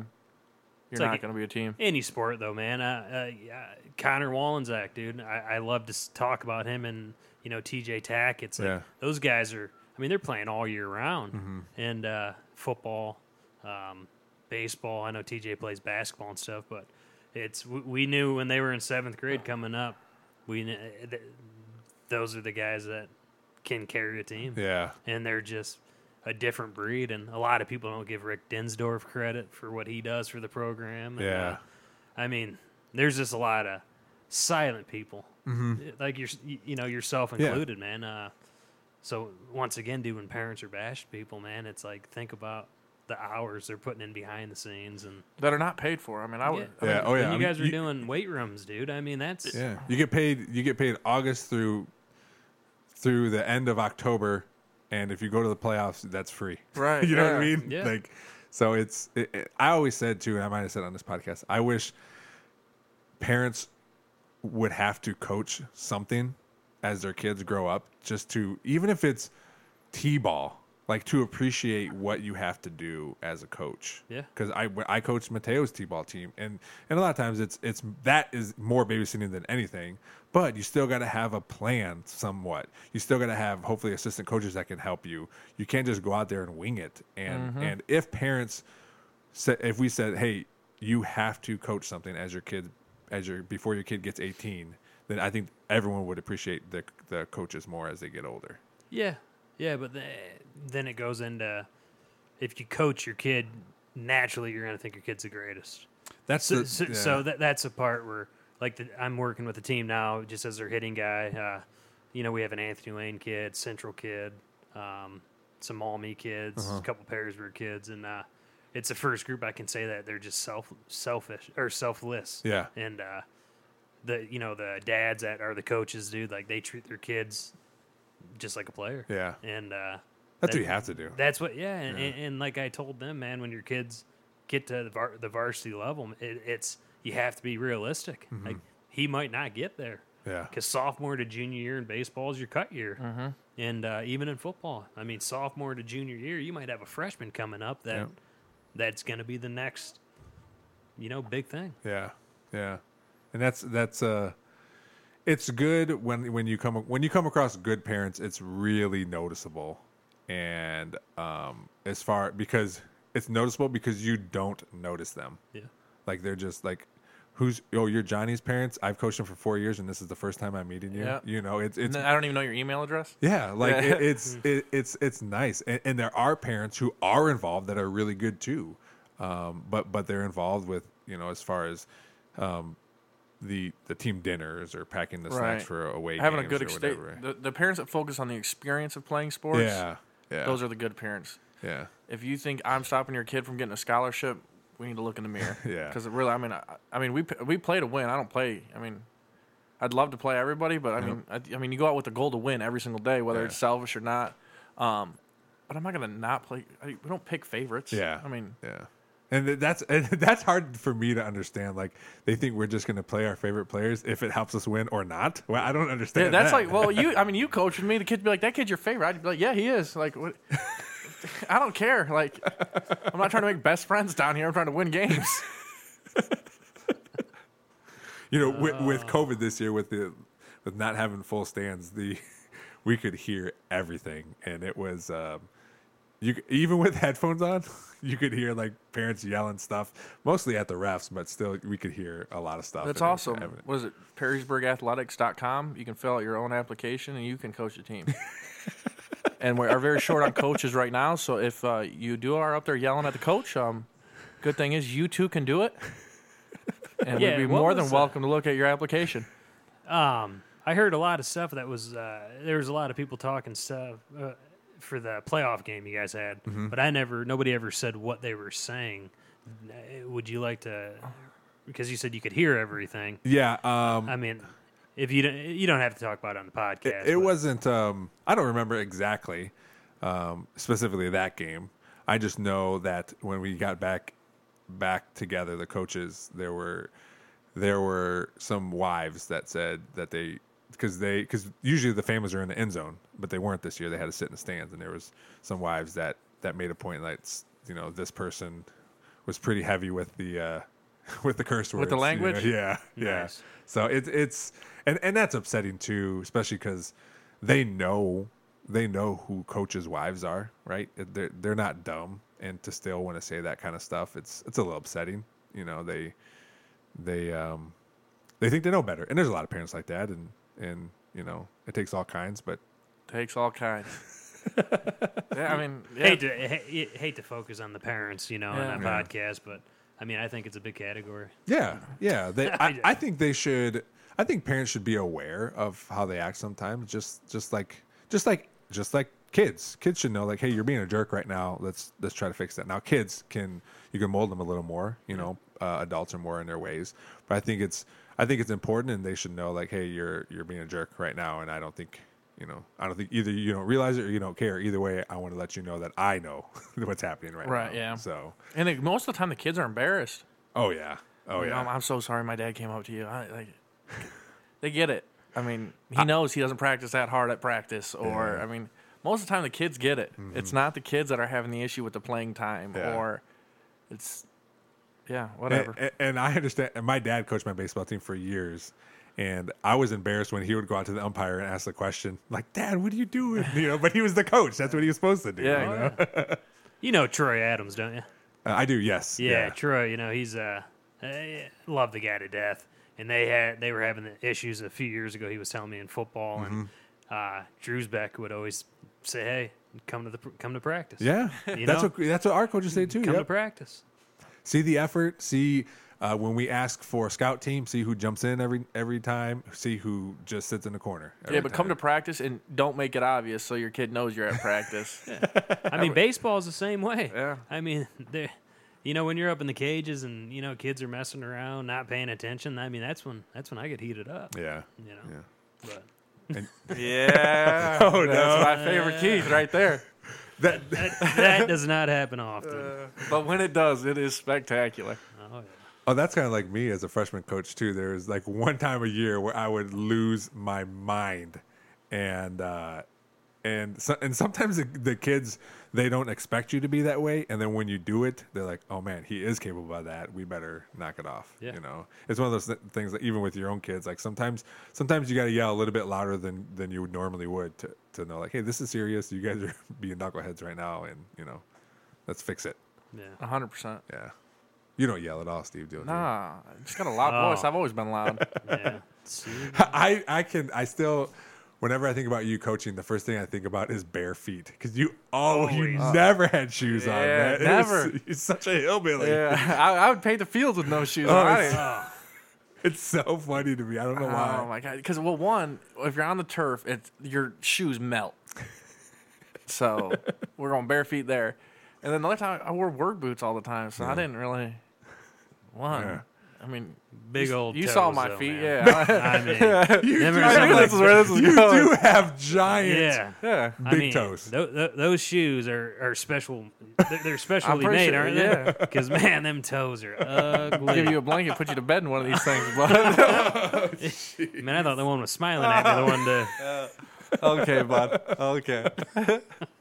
D: you're
E: It's like
D: not
E: it-
D: going to be a team.
E: Any sport, though, man. Uh, uh, yeah, Connor Wallensack, dude. I, I love to s- talk about him and you know TJ Tack. It's like
C: Yeah. Mm-hmm.
E: those guys are. I mean, they're playing all year round, and uh, football, um, baseball. I know TJ plays basketball and stuff, but it's we, we knew when they were in seventh grade coming up. We kn- uh, th- those are the guys that can carry a team
C: Yeah,
E: and they're just a different breed. And a lot of people don't give Rick Densdorf credit for what he does for the program. And,
C: Yeah.
E: uh, I mean, there's just a lot of silent people, like your, you know, yourself
C: Mm-hmm. Yeah.
E: included, man. Uh, so once again, dude, when parents are bashed people, man, it's like think about the hours they're putting in behind the scenes, and
D: That are not paid for. I mean, I would.
E: I
C: Yeah,
E: mean,
C: oh,
E: when
C: yeah, I mean,
E: you guys are
C: you-
E: doing weight rooms, dude. I mean, that's
C: yeah. You get paid. You get paid August through through the end of October, and if you go to the playoffs, that's free. <laughs>
D: Right,
C: you know what I
D: yeah,
C: mean?
E: yeah.
C: Like, so it's. It, it- I always said too, and I might have said on this podcast, I wish parents would have to coach something as their kids grow up, just to even if it's t-ball like to appreciate what you have to do as a coach.
E: Yeah.
C: Because I when I coached Mateo's t-ball team, and and a lot of times it's it's that is more babysitting than anything. But you still got to have a plan somewhat. You still got to have hopefully assistant coaches that can help you. You can't just go out there and wing it. And and if parents sa- if we said, hey, you have to coach something as your kid, as your before your kid gets eighteen, then I think everyone would appreciate the the coaches more as they get older.
E: Yeah, yeah, but the, then it goes into if you coach your kid naturally, you're gonna think your kid's the greatest.
C: That's
E: So,
C: the-
E: so,
C: yeah.
E: so that that's a part where like the, I'm working with the team now, just as their hitting guy. Uh, you know, we have an Anthony Lane kid, Central kid, um, some Almy kids,
C: Uh-huh.
E: a couple Perrysburg kids, and uh, it's the first group I can say that they're just self selfish or selfless.
C: Yeah.
E: and uh, the you know the dads that are the coaches, dude, like they treat their kids just like a player.
C: Yeah.
E: and uh,
C: That's
E: that-
C: what you have to do.
E: That's what, yeah. And, and, and like I told them, man, when your kids get to the, var- the varsity level, it, it's you have to be realistic. Like he might not get there.
C: Yeah.
E: Because sophomore to junior year in baseball is your cut year, and uh, even in football, I mean, sophomore to junior year, you might have a freshman coming up that
C: Yep.
E: that's going to be the next, you know, big thing.
C: Yeah, yeah, and that's that's uh, it's good when when you come when you come across good parents, it's really noticeable, and um, as far because it's noticeable because you don't notice them.
E: Yeah.
C: Like they're just like, who's oh you're Johnny's parents? I've coached him for four years, and this is the first time I'm meeting you.
D: Yeah.
C: You know, it's it's
D: And then I don't even know your email address.
C: yeah, like
D: Yeah. <laughs>
C: it, it's it, it's it's nice, and, and there are parents who are involved that are really good too, um, but but they're involved with you know as far as um, the the team dinners or packing the snacks
D: Right.
C: for away
D: Having a
C: games
D: good
C: or
D: experience.
C: whatever.
D: The, the parents that focus on the experience of playing sports,
C: yeah, yeah,
D: those are the good parents.
C: yeah,
D: If you think I'm stopping your kid from getting a scholarship, we need to look in the mirror.
C: <laughs> Yeah.
D: Because really, I mean, I, I mean, we p- we play to win. I don't play. I mean, I'd love to play everybody, but I mean, I, I mean, you go out with the goal to win every single day, whether
C: Yeah.
D: it's selfish or not. Um, but I'm not gonna not play. I, we don't pick favorites.
C: yeah.
D: I mean,
C: yeah, and th- that's and <laughs> that's hard for me to understand. Like they think we're just going to play our favorite players if it helps us win or not. Well, I don't understand.
D: Yeah, that's
C: that.
D: like, well, <laughs> you. I mean, you coach with me. The kid'd be like, "That kid's your favorite." I'd be like, "Yeah, he is." Like, what? <laughs> I don't care. Like, I'm not trying to make best friends down here. I'm trying to win games.
C: You know, with,
D: Uh.
C: with COVID this year, with the with not having full stands, the <laughs> we could hear everything, and it was um, you c- even with headphones on, <laughs> you could hear like parents yelling stuff, mostly at the refs, but still we could hear a lot of stuff.
D: <laughs> That's
C: and it was
D: awesome.
C: evident.
D: What is it? PerrysburgAthletics.com. You can fill out your own application and you can coach a
E: <laughs>
D: team. and we are very short on coaches right now. So if uh, you do are up there yelling at the coach, um, good thing is you too can do it. And
E: Yeah,
D: we'd be
E: what
D: more
E: was
D: than
E: that?
D: welcome to look at your application.
E: Um, I heard a lot of stuff that was uh, there was a lot of people talking stuff uh, for the playoff game you guys had, but I never nobody ever said what they were saying. Uh, Would you like to? Because you said you could hear everything.
C: Yeah, um,
E: I mean, if you don't, you don't have to talk about it on the podcast.
C: it, it
E: but-
C: wasn't. Um, I don't remember exactly um, specifically that game. I just know that when we got back back together, the coaches there were there were some wives that said that they because they because usually the families are in the end zone, but they weren't this year. They had to sit in the stands, and there was some wives that that made a point that you know this person was pretty heavy with the uh, <laughs> with the curse words
D: With the
C: you know,
D: language?
C: <laughs> yeah, yeah.
E: Nice.
C: So it's it's and and that's upsetting too, especially because they know they know who coaches' wives are, right? They're they're not dumb, and to still want to say that kind of stuff, it's it's a little upsetting. You know, they they um they think they know better, and there's a lot of parents like that, and and you know it takes all kinds, but
D: Takes all
E: <laughs>
D: kinds. yeah, I mean, yeah.
E: hate to hate, hate to focus on the parents, you know, on
D: Yeah.
E: that
C: Yeah.
E: podcast, but I mean, I think it's a big category.
C: Yeah, yeah.
D: <laughs>
C: They, I,
E: Yeah.
C: I think they should. I think parents should be aware of how they act sometimes. Just, just like, just like, just like kids. Kids should know, like, hey, you're being a jerk right now. Let's let's try to fix that. Now, kids can you can mold them a little more. You know, uh, adults are more in their ways. But I think it's I think it's important, and they should know, like, hey, you're you're being a jerk right now, and I don't think. You know, I don't think either you don't realize it or you don't care. Either way, I want to let you know that I know <laughs> what's happening right, now.
D: Right, yeah.
C: So,
D: and like, most of the time the kids are embarrassed.
C: oh yeah, oh
D: You know,
C: yeah.
D: I'm, I'm so sorry my dad came up to you. I, like, <laughs> they get it. I mean, he knows he doesn't practice that hard at practice, or I mean, most of the time the kids get it. It's not the kids that are having the issue with the playing time
C: Mm-hmm. Yeah.
D: or it's yeah,
C: And,
D: whatever.
C: and- and I understand. And my dad coached my baseball team for years, and I was embarrassed when he would go out to the umpire and ask the question, like, "Dad, what are you doing?" <laughs> You know, but he was the coach. That's what he was supposed to do.
D: Yeah.
C: you
D: Oh,
C: know?
E: You know Troy Adams, don't you?
C: Uh, I do. Yes.
E: Yeah, Troy. You know he's uh, I love the guy to death. And they had they were having the issues a few years ago. He was telling me in football, and
C: Mm-hmm.
E: uh, Drewsbeck would always say, "Hey, come to the pr- come to practice.
C: Yeah,
E: <laughs> You
C: that's
E: know?
C: what that's what our coaches say too.
E: come to
C: Yep.
E: practice."
C: <laughs> See the effort. See uh, when we ask for a scout team. See who jumps in every every time. See who just sits in the corner.
D: yeah, but come to practice and don't make it obvious so your kid knows you're at
C: <laughs>
D: practice.
E: I mean, baseball is the same way.
D: Yeah.
E: I mean, <laughs> they, you know, when you're up in the cages and you know kids are messing around, not paying attention. I mean, that's when that's when I get heated up.
C: Yeah.
E: You know,
C: Yeah.
E: but
D: Yeah. oh no. That's my favorite keys right there.
C: <laughs>
E: that, that does not happen often.
C: Uh.
D: But when it does, it is spectacular.
E: oh, yeah.
C: Oh, that's kind of like me as a freshman coach too. There was like one time a year where I would lose my mind, and uh, and so, and sometimes the, the kids they don't expect you to be that way, and then when you do it, they're like, "Oh man, he is capable of that. We better knock it off."
E: Yeah.
C: You know, it's one of those th- things that even with your own kids, like sometimes sometimes you got to yell a little bit louder than than you would normally would to to know like, "Hey, this is serious. You guys are <laughs> being knuckleheads right now, and you know, let's fix it."
E: yeah.
D: 100%.
C: Yeah, you don't yell at all, Steve. Do you?
D: Nah, I just got a loud
E: Oh.
D: voice. I've always
C: <laughs>
D: been loud.
E: yeah. See,
C: I, I can I still whenever I think about you coaching, the first thing I think about is bare feet because you oh you never had shoes on.
D: Yeah,
C: Man. <laughs> It was-
D: never.
C: It's such a hillbilly.
D: yeah. <laughs> I, I would paint the fields with no shoes
C: Oh,
D: on. I
C: it's-
D: didn't-
C: It's so funny to me. I don't know why.
D: Oh my god! Because well, one, if you're on the turf, it's your shoes
C: <laughs>
D: melt. so we're going bare feet there, and then the other time I wore work boots all the time, so I didn't really. One,
C: Yeah.
D: I mean,
E: big old.
D: you saw
E: toes,
D: my
E: though,
D: feet,
E: man.
D: yeah.
E: <laughs> I
D: <laughs>
E: mean,
C: You
E: Them
C: do,
E: are some
C: have,
E: of
D: this is where this is
C: you
D: going.
C: do <laughs> have giant
E: yeah.
D: yeah.
C: big
E: I mean,
C: toes.
E: tho- tho- those shoes are, are special. They're, they're specially
D: pretty
E: made,
D: sure,
E: aren't
D: yeah.
E: they? <laughs> Because man, them toes are
D: I'll
E: ugly.
D: give you a blanket, put you to bed in one of these things.
C: <laughs>
D: Bud.
E: man, I thought the one was smiling at me. The one
D: <laughs>
E: to
D: okay, bud. Okay.
C: <laughs>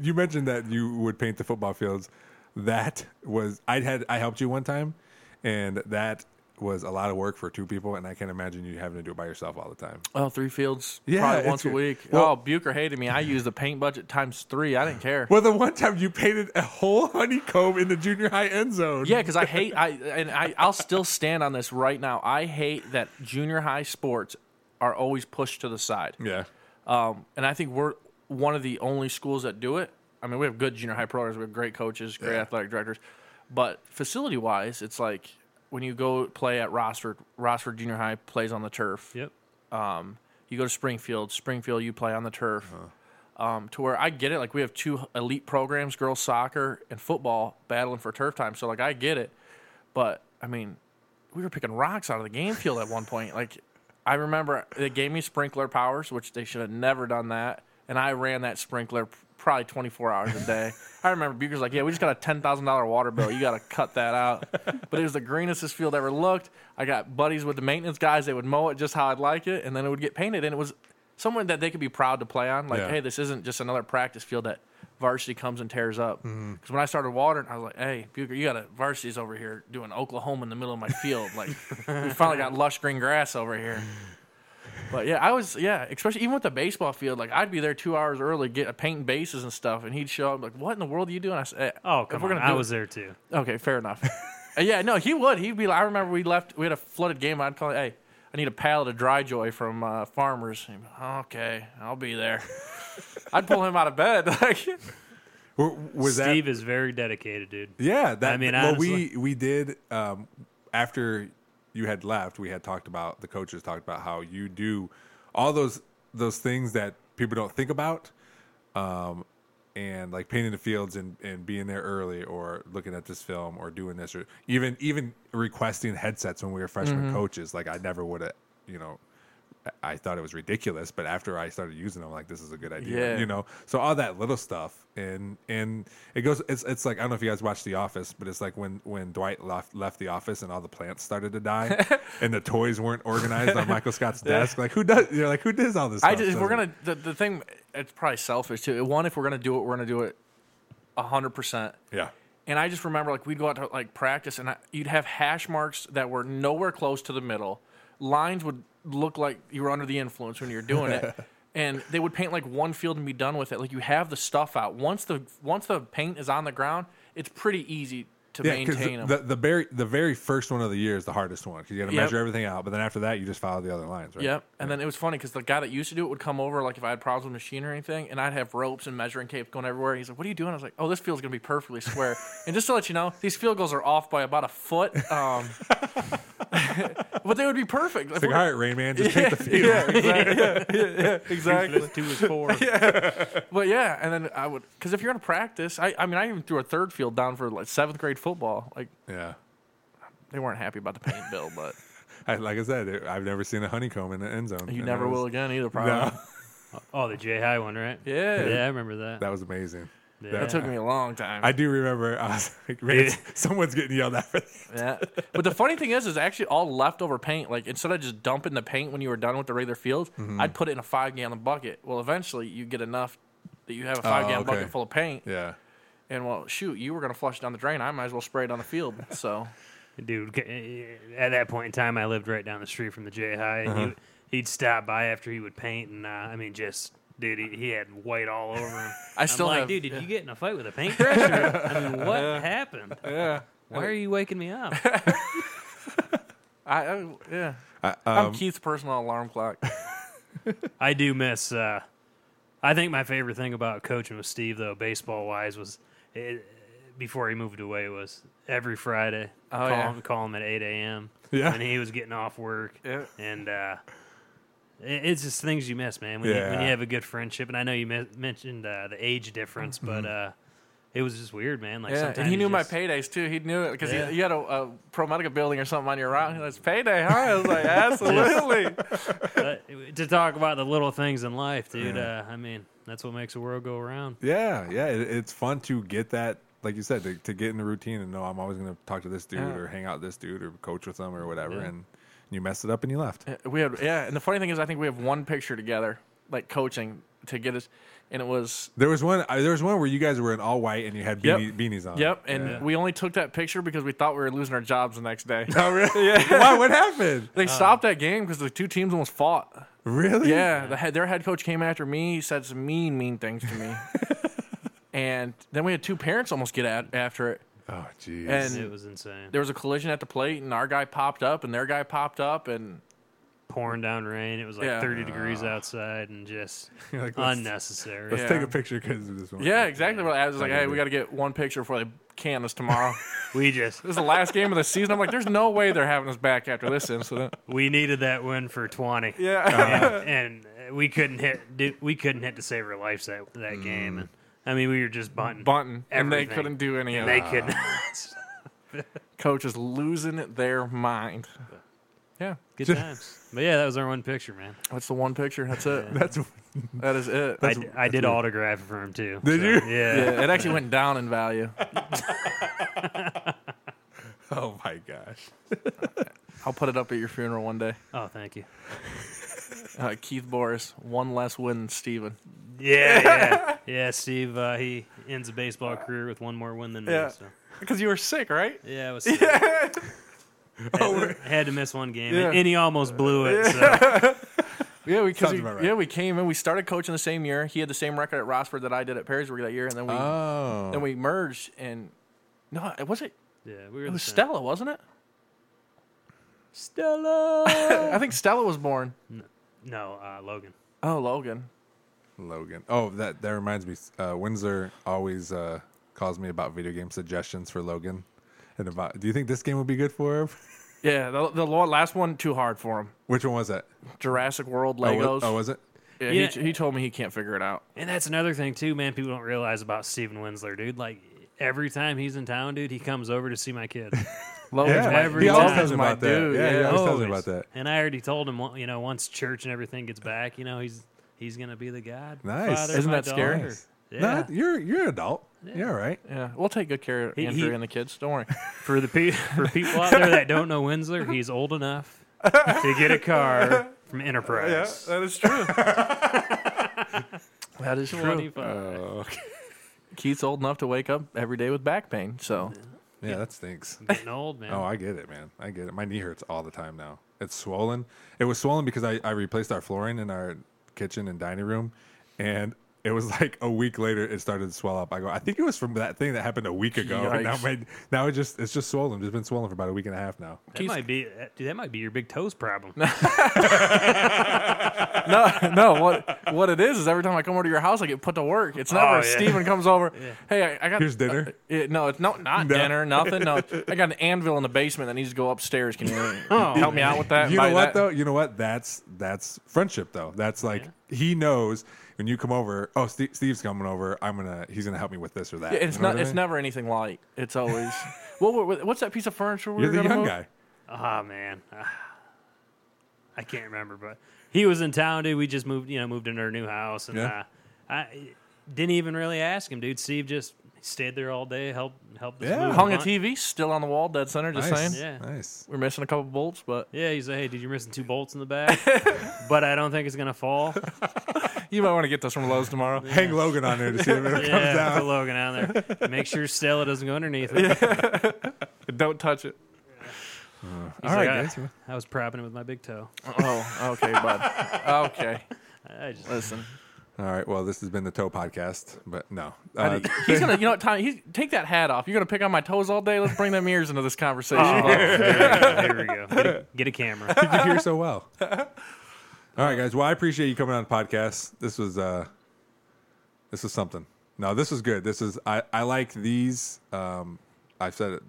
C: you mentioned that you would paint the football fields. That was I had I helped you one time, and that was a lot of work for two people. And I can't imagine you having to do it by yourself all the time.
D: Oh, three fields.
C: Yeah,
D: probably
C: it's
D: once a
C: good.
D: week.
C: Well-
D: oh, Bucher hated me. I used the paint budget times three. I didn't care.
C: Well, the one time you painted a whole <laughs> honeycomb in the junior high end zone.
D: Yeah, because I hate I and I I'll still stand on this right now. I hate that junior high sports are always pushed to the side.
C: Yeah.
D: Um, and I think we're one of the only schools that do it. I mean, we have good junior high programs, we have great coaches, great athletic directors, but facility wise, it's like when you go play at Rossford, Rossford Junior High plays on the turf.
E: yep.
D: Um, you go to Springfield, Springfield, you play on the turf. Um, to where I get it, like we have two elite programs, girls soccer and football, battling for turf time. So like I get it, but I mean, we were picking rocks out of the game field at one point. Like I remember they gave me sprinkler powers, which they should have never done that, and I ran that sprinkler probably 24 hours a day. I remember Bucher's like, "Yeah, we just got a ten thousand dollar water bill. You got to cut that out." But it was the greenest this field ever looked. I got buddies with the maintenance guys; they would mow it just how I'd like it, and then it would get painted, and it was somewhere that they could be proud to play on. Like,
C: Yeah.
D: hey, this isn't just another practice field that varsity comes and tears up. Because
E: Mm-hmm.
D: when I started watering, I was like, hey, Bucher, you got a varsity's over here doing Oklahoma in the middle of my field. Like,
E: <laughs>
D: we finally got lush green grass over here. But yeah, I was yeah, especially even with the baseball field. Like I'd be there two hours early, get painting bases and stuff, and he'd show up like, "What in the world are you doing?" I said, eh,
E: Oh
D: if
E: come
D: we're
E: on!
D: gonna
E: I
D: do it-
E: was there too.
D: Okay, fair enough. Uh, yeah, no, he would. He'd be like, I remember we left, we had a flooded game. I'd call it, hey, I need a pallet of dry joy from uh, farmers. He'd be, okay, I'll be there. I'd pull him out of bed. <laughs> Like,
C: W- Was
E: Steve is very dedicated, dude.
C: that? Yeah. That,
E: I mean,
C: well, we
E: honestly.
C: we did um, after you had left. We had talked about the coaches talked about how you do all those those things that people don't think about, um, and like painting the fields and and being there early or looking at this film or doing this or
E: Mm-hmm.
C: even even requesting headsets when we were freshman coaches. Like I never would have you know I thought it was ridiculous, but after I started using them, I'm like this is a good idea,
D: Yeah.
C: you know. So all that little stuff, and and it goes. It's it's like I don't know if you guys watched The Office, but it's like when when Dwight left left the office and all the plants started to
D: <laughs>
C: die, and the toys weren't organized on Michael Scott's desk. Like who does? You're like who does all this?
D: I
C: stuff?
D: just, if we're
C: Doesn't-
D: gonna the, the thing. It's probably selfish too. One, if we're gonna do it, we're gonna do it hundred percent.
C: yeah.
D: And I just remember like we'd go out to like practice, and I, you'd have hash marks that were nowhere close to the middle. Lines would look like you were under the influence when you're doing it, and they would paint like one field and be done with it. Like you have the stuff out once the once the paint is on the ground, it's pretty easy to
C: Yeah, because
D: maintain them.
C: the, the very the very first one of the year is the hardest one because you got to
D: Yep.
C: measure everything out. But then after that, you just follow the other lines, right?
D: Yep. And then it was funny because the guy that used to do it would come over, like if I had problems with machine or anything, and I'd have ropes and measuring tapes going everywhere. He's like, "What are you doing?" I was like, "Oh, this field's gonna be
C: <laughs>
D: perfectly square." and just to let you know, these field goals are off by about a foot, um, <laughs> but they would be perfect. If
C: It's like,
D: we're-
C: all right, Rain Man,
D: <laughs>
C: just take the field. <laughs>
D: yeah, exactly.
E: Plus two is
D: <laughs>
E: four.
D: But yeah, and then I would because if you're gonna practice, I, I mean, I even threw a third field down for like seventh grade football. Like
C: Yeah.
D: they weren't happy about the paint bill, but
C: I, like I said, it, I've never seen a honeycomb in the end zone.
D: you
C: and
D: never
C: that was-
D: will again either. Probably.
C: No,
E: Oh, the J High one, right?
D: Yeah.
E: Yeah, I remember
C: <laughs>
E: that.
C: that was amazing.
E: Yeah.
D: That took me a long time.
C: I do remember. I was <laughs> like, "Man,
E: Yeah.
C: someone's getting yelled at for this.
D: Yeah. <laughs> But the funny thing is, is actually all leftover paint. Like instead of just dumping the paint when you were done with the regular field, I'd put it in a five gallon bucket. Well, eventually you get enough that you have a five gallon
C: okay.
D: bucket full of paint.
C: Yeah.
D: And well, shoot, you were gonna flush it down the drain. I might as well spray it on the field. So
E: dude. c- At that point in time, I lived right down the street from the J High, and
D: Uh-huh.
E: he, he'd stop by after he would paint, and uh, I mean, just dude, he, he had white all over him.
D: <laughs> I
E: I'm
D: still
E: like,
D: have-
E: dude, did you get in a fight with a paintbrush? Or, I mean,
D: <laughs>
E: what happened?
D: yeah,
E: Why are you waking me up?
D: I, I yeah.
C: I,
D: I'm
C: um,
D: Keith's personal alarm clock.
E: I do miss. Uh, I think my favorite thing about coaching with Steve, though, baseball wise, was it, before he moved away was every Friday.
D: Oh,
E: call,
D: yeah.
E: him, call him at eight a.m.
C: Yeah.
E: when he was getting off work.
D: Yeah.
E: and uh, it, it's just things you miss, man. When, you, when
C: Yeah.
E: you have a good friendship, and I know you mi- mentioned uh, the age difference, but
C: Mm-hmm.
E: uh, it was just weird, man. Like
D: Yeah,
E: sometimes
D: and he
E: you
D: knew my
E: just-
D: paydays too. He knew it because
E: Yeah.
D: you had a, a pro medical building or something on your route. He was payday, huh? I was like, absolutely.
E: but uh, to talk about the little things in life, dude. Uh, I mean, that's what makes the world go around.
C: yeah, yeah. It, it's fun to get that, like you said, to, to get in the routine and know I'm always going to talk to this dude
D: Yeah.
C: or hang out with this dude or coach with them or whatever.
E: Yeah.
C: And you messed it up and you left.
D: We had yeah, and the funny thing is, I think we have one picture together, like coaching to get us, and it was
C: There was one. I, there was one where you guys were in all white and you had
D: Yep.
C: beanie, beanies on.
D: yep, and
C: Yeah.
D: we only took that picture because we thought we were losing our jobs the next <laughs> day.
C: <laughs> Oh really? <laughs> Yeah. Why? What happened?
D: They stopped that game because the two teams almost fought.
C: Really?
D: Yeah, the head, their head coach came after me. He said some mean, mean things to <laughs> me, and then we had two parents almost get at, after it.
C: Oh jeez.
D: And-
E: It was insane.
D: There was a collision at the plate, and our guy popped up, and their guy popped up, and
E: pouring down rain. It was like
D: Yeah.
E: 30 degrees outside and just
C: You're like, let's-
E: unnecessary.
C: Let's
D: Yeah.
C: take a picture because of this one.
D: yeah, exactly. What I was like,
C: Not
D: hey,
C: good.
D: we got to get one picture before they can us <laughs> tomorrow.
E: We just
D: This is the last game of the season. I'm like, there's no way they're having us back after this incident. Uh,
E: we needed that win for 20.
D: Yeah.
E: And, and we couldn't hit di- we couldn't hit to save our lives that that game. And I mean, we were just bunting.
D: Bunting. And they
E: Everything.
D: couldn't do any of
E: and
D: it.
E: they couldn't. <laughs>
D: Coach is losing their mind. Yeah.
E: Good times. But yeah, that was our one picture, man.
D: That's the one picture. <laughs> That's it.
C: That's
D: That is it.
E: I, d- I did autograph it for him too.
C: Did
E: so,
C: you?
E: Yeah.
D: yeah, it actually went down in value.
C: <laughs> oh my gosh.
D: I'll put it up at your funeral one day.
E: Oh, thank you.
D: Uh, Keith Boris, one less win than Steven.
E: Yeah, yeah, yeah. Steve, uh, he ends a baseball career with one more win than me.
D: Yeah.
E: So.
D: Because you were sick, right?
C: <laughs>
E: Yeah, it was. sick. had,
C: Oh,
E: had to miss one game,
D: Yeah.
E: and he almost blew it. So.
D: Yeah, because
C: Sounds
D: we,
C: about right.
D: yeah, we came in. We started coaching the same year. He had the same record at Rossford that I did at Perrysburg that year, and then we
C: Oh.
D: then we merged. And no, it was it.
E: Yeah, we
D: It
E: were Oh, the
D: was
E: same.
D: Stella, wasn't it?
E: Stella.
D: <laughs> I think Stella was born.
E: no, uh, Logan.
D: Oh, Logan.
C: Logan. Oh, that that reminds me. Uh, Windsor always uh, calls me about video game suggestions for Logan, and about. Do you think this game would be good for him? <laughs>
D: Yeah, the, the lo- last one too hard for him.
C: Which one was that?
D: Jurassic World
C: Oh, wa-
D: Legos.
C: Oh, was it?
D: yeah,
E: Yeah.
D: He, he told me he can't figure it out.
E: And that's another thing too, man. People don't realize about Steven Winsler, dude. Like every time he's in town, dude, he comes over to see my kids.
D: Logan's
C: Yeah,
D: my- Oh,
E: every
C: he always
E: time.
C: tells me
D: my
C: about that.
D: dude,
C: Yeah, he
D: yeah.
C: <laughs> always tells me about
E: Always.
C: that.
E: And I already told him, well, you know, once church and everything gets back, you know, he's he's gonna be the god.
C: Nice.
E: father of
D: Isn't
E: my
D: that scary?
E: daughter.
C: Nice.
E: Yeah.
C: No, <laughs> I- you're you're an adult. You're all right.
D: Yeah, we'll take good care of
E: He-
D: Andrew
E: he-
D: and the kids. Don't worry.
E: For the pe- for people out there that don't know Winsler, he's old enough to get
C: <laughs>
E: a car from Enterprise.
D: is true. that is true.
E: 25.
C: Uh,
D: Keith's old enough to wake up every day with back pain, so
C: Yeah, that stinks.
E: Getting old, man.
C: Oh, I get it, man. I get it. My knee hurts all the time now. It's swollen. It was swollen because I, I replaced our flooring in our kitchen and dining room, and it was <laughs> like a week later it started to swell up. I go, I think it was from that thing that happened a week ago. And now
D: Yikes.
C: my now it just it's just swollen. It's been swollen for about a week and a half now.
E: that might be that- dude, that might be your big toes
D: <laughs>
E: problem. <laughs>
D: no, <laughs> no. What what it is is every time I come over to your house, I get put to work. It's never
E: Oh, <laughs> yeah.
D: Steven comes over. Hey, I, I got
C: Here's dinner."
D: uh, yeah, no, it's no, not
C: No.
D: dinner. Nothing.
C: <laughs>
D: No, I got an anvil in the basement that needs to go upstairs. Can you help me out with that?
C: You
D: Buy
C: know what
D: that?
C: though? You know what? That's that's friendship though. That's like he knows when you come over. Oh, Steve, Steve's coming over. I'm gonna he's gonna help me with this or that.
D: Yeah, It's
C: You know
D: not.
C: what I
D: It's
C: mean?
D: never anything light.
C: <laughs>
D: It's always. what, what, what's that piece of furniture? we
C: You're
D: were
C: the
D: gonna
C: young
D: move?
C: guy.
E: Ah man, Ah. I can't remember, but he was in town, dude. We just moved, you know, moved into our new house, and
C: Yeah.
E: uh, I didn't even really ask him, dude. Steve just stayed there all day, helped helped us
C: Yeah.
E: move.
D: Hung a
E: along.
D: TV still on the wall, dead center. Just
C: Nice.
D: saying,
E: Yeah.
C: Nice.
D: we're missing a couple bolts, but <laughs>
E: Yeah, he's like, hey, dude, you're missing two bolts in the back, but I don't think it's gonna
D: <laughs>
E: fall.
D: you might want to get this from Lowe's tomorrow.
C: Hang Logan on there to see if it
D: <laughs>
C: ever comes
E: yeah,
C: down.
E: put Logan on there. Make sure Stella doesn't go underneath
D: <laughs>
E: it.
D: Don't touch it.
C: All right,
E: like,
C: guys.
E: I, I was propping it with my big toe.
D: Oh, okay,
E: <laughs>
D: bud. Okay, <laughs>
E: I just,
D: listen.
C: All right. Well, this has been the Toe Podcast, but no. Uh,
D: I- he's <laughs> gonna, you know what, Tommy? He's, take that hat off. You're gonna pick on my toes all day. Let's bring them ears into this conversation. bud.
E: there we go. Get a, get a camera.
C: you <laughs> hear Uh, so well. All right, guys. Well, I appreciate you coming on the podcast. This was uh, this was something. No, this was good. This is I I like these. Um, I've said it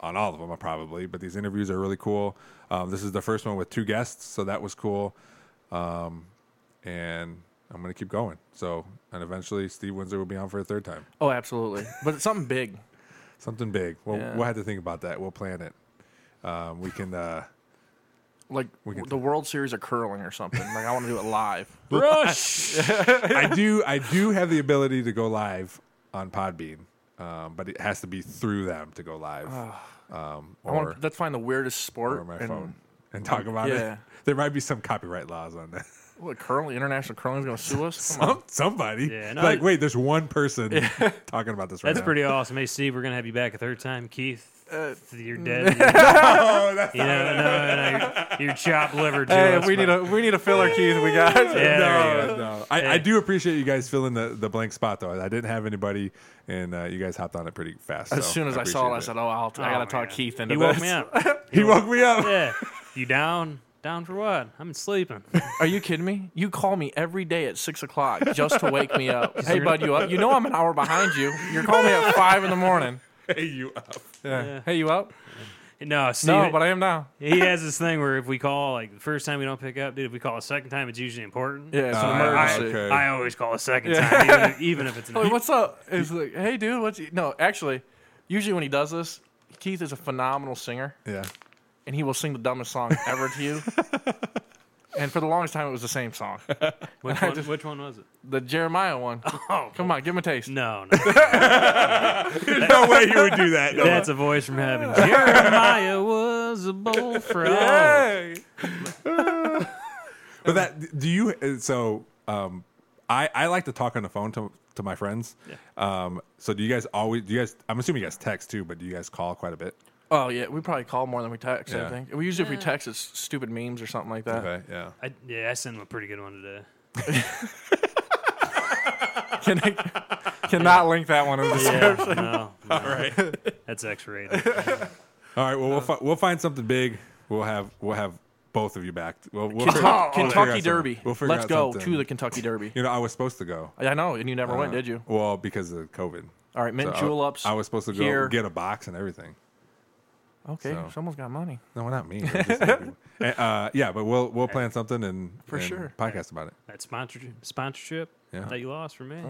C: on all of them uh, probably, but these interviews are really cool. Um, this is the first one with two guests, so that was cool. Um, and I'm gonna keep going. So, and eventually, Steve Windsor will be on for a third time.
D: <laughs> Oh, absolutely. But it's something big.
C: Something big. We'll
D: Yeah.
C: we'll have to think about that. We'll plan it. Um, we can. Uh,
D: Like
C: can
D: the World Series of curling or something. Like I want to do it <laughs> live.
E: Rush.
C: I do I do have the ability to go live on Podbean, um, but it has to be through them to go live. Um,
D: I
C: or,
D: want. Let's find the weirdest sport.
C: or my
D: and-
C: phone and talk about
D: yeah.
C: it. There might be some copyright laws on that. <laughs>
D: What curling? International curling's gonna sue us. Come on.
C: Some, somebody
E: Yeah, no,
C: like
E: it-
C: wait, there's one person <laughs> talking about this right
E: That's
C: now.
E: pretty awesome. Hey, Steve, we're going to have you back a third time. Keith, you're dead. you
C: Oh, that's
E: know, no, no, you're- you're chopped liver
D: <laughs>
E: to
D: Hey,
E: us,
D: we need
E: but-
D: a we need a filler, Keith. We got.
E: Yeah, there you
C: <laughs> no,
E: go.
C: no. I, I do appreciate you guys filling the, the blank spot though. I didn't have anybody, and uh, you guys hopped on it pretty fast.
D: As
C: so
D: soon as I saw it, I
C: appreciate
D: said, "Oh, I'll, I gotta
E: Oh,
D: talk
E: man.
D: Keith into
E: He
D: this."
E: woke me up.
C: "He woke me up." <laughs>
D: <laughs>
E: yeah. You down? Down for what? I'm sleeping.
D: Are you kidding me? You call me every day at six o'clock just to wake me
E: <laughs>
D: up. hey, bud, you up? You know I'm an hour behind you. You're calling me at five in the morning.
C: Hey, you up?
D: Yeah.
E: Yeah.
D: Hey, you up?
E: No, Steve.
D: No, but I am now.
E: he has this thing where if we call, like, the first time we don't pick up, dude, if we call a second time, it's usually important.
D: Yeah, it's an
C: Uh,
D: emergency.
C: okay.
E: I always call a second time, even, if- even
D: <laughs>
E: if it's
D: Like,
E: not.
D: Oh, what's up? It's like, hey, dude, what's you? no? Actually, usually when he does this, Keith is a phenomenal singer,
C: Yeah.
D: and he will sing the dumbest song ever
C: <laughs>
D: to you. And for the longest time, it was the same song,
E: Which one, which one was it?
D: the Jeremiah one.
E: Oh,
D: Come on, give him a taste.
E: no, no.
C: There's <laughs> no way you would do that. No.
E: <laughs> That's a voice
C: <laughs>
E: from heaven. Jeremiah was a bull frog.
D: Hey.
C: But that do you uh, so um I I like to talk on the phone to to my friends. Um so do you guys always do you guys I'm assuming you guys text too, but do you guys call quite a bit?
D: Oh yeah, we probably call more than we text.
C: Yeah.
D: I think we usually if we text, it's stupid memes or something like that.
C: <laughs> yeah.
E: I, yeah, I sent him a pretty good one today.
D: Can I, <laughs> cannot link that one in the
E: Yeah, no,
C: <laughs>
E: All right. That's X-rated.
C: All right,
D: Uh,
C: well we'll fi- we'll find something big. We'll have we'll have both of you back. We'll, we'll figure- we'll figure out
D: Oh, Kentucky
C: something.
D: Derby.
C: We'll figure
D: Let's
C: out
D: go
C: something.
D: to the Kentucky
C: <laughs>
D: Derby.
C: You know, I was supposed to go.
D: I know, and you never went, did you?
C: Well, because of COVID.
D: All right, mint
C: So I-
D: juleps.
C: I was supposed to go
D: here.
C: get a box and everything.
D: Okay,
C: so.
D: someone's got money.
C: No, not me. It
D: <laughs>
C: was just- Uh, uh, yeah, but we'll we'll plan something and
D: For
C: and
D: sure.
C: podcast about it.
E: That sponsorship, sponsorship
C: Yeah.
E: that you lost for me.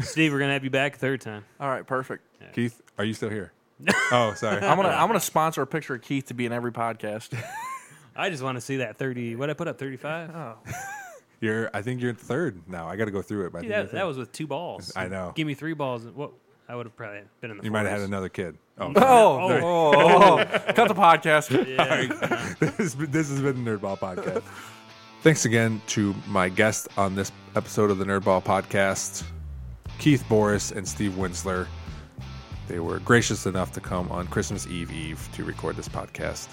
E: Steve, we're going to have you back a third time.
D: All right, perfect. <laughs>
C: Keith, are you still here? Oh, sorry.
D: I'm gonna I'm gonna sponsor a picture of Keith to be in every podcast.
E: I just want to see that 30. What I put up, 35?
C: Oh, You're. I think you're third now. I got to go through it. But I
E: Yeah,
C: think you're
E: that,
C: third.
E: that was with two balls.
C: I know.
E: Give me three balls. and What I would have probably been in the.
C: You might have had
E: 40s.
C: another kid.
D: <laughs>
C: Oh,
D: Oh, oh, oh. cut the podcast.
C: <laughs> this, this has been the Nerdball Podcast. Thanks again to my guest on this episode of the Nerdball Podcast, Keith Boris and Steve Winsler. They were gracious enough to come on Christmas Eve Eve to record this podcast.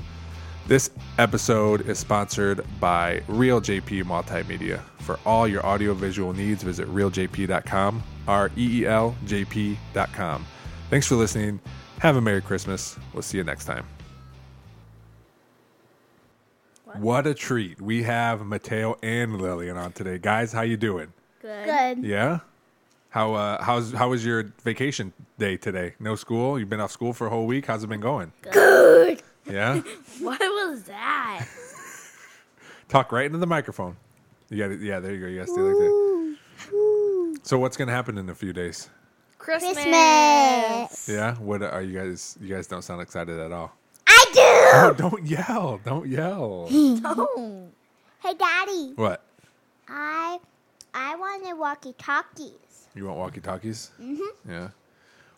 C: This episode is sponsored by Real JP Multimedia. For all your audiovisual needs, visit realjp.com, R E E L J P.com. Thanks for listening. Have a Merry Christmas. We'll see you next time. What a treat. We have Mateo and Lillian on today. Guys, how you doing?
A: Good. Good.
C: Yeah? How uh how's how was your vacation day today? No school? You've been off school for a whole week. How's it been going?
A: Good.
C: Yeah?
A: What was that?
C: Talk right into the microphone. You got it. Yeah, there you go. You got to stay like that. So what's going to happen in a few days?
F: Christmas.
A: Christmas.
C: Yeah? What are you guys you guys don't sound excited at all.
A: I
C: Oh, <laughs> don't yell. Don't yell.
F: Oh.
A: do. Hey, Daddy.
C: what?
A: I I wanted walkie talkies.
C: You want walkie talkies? Mm-hmm. Yeah.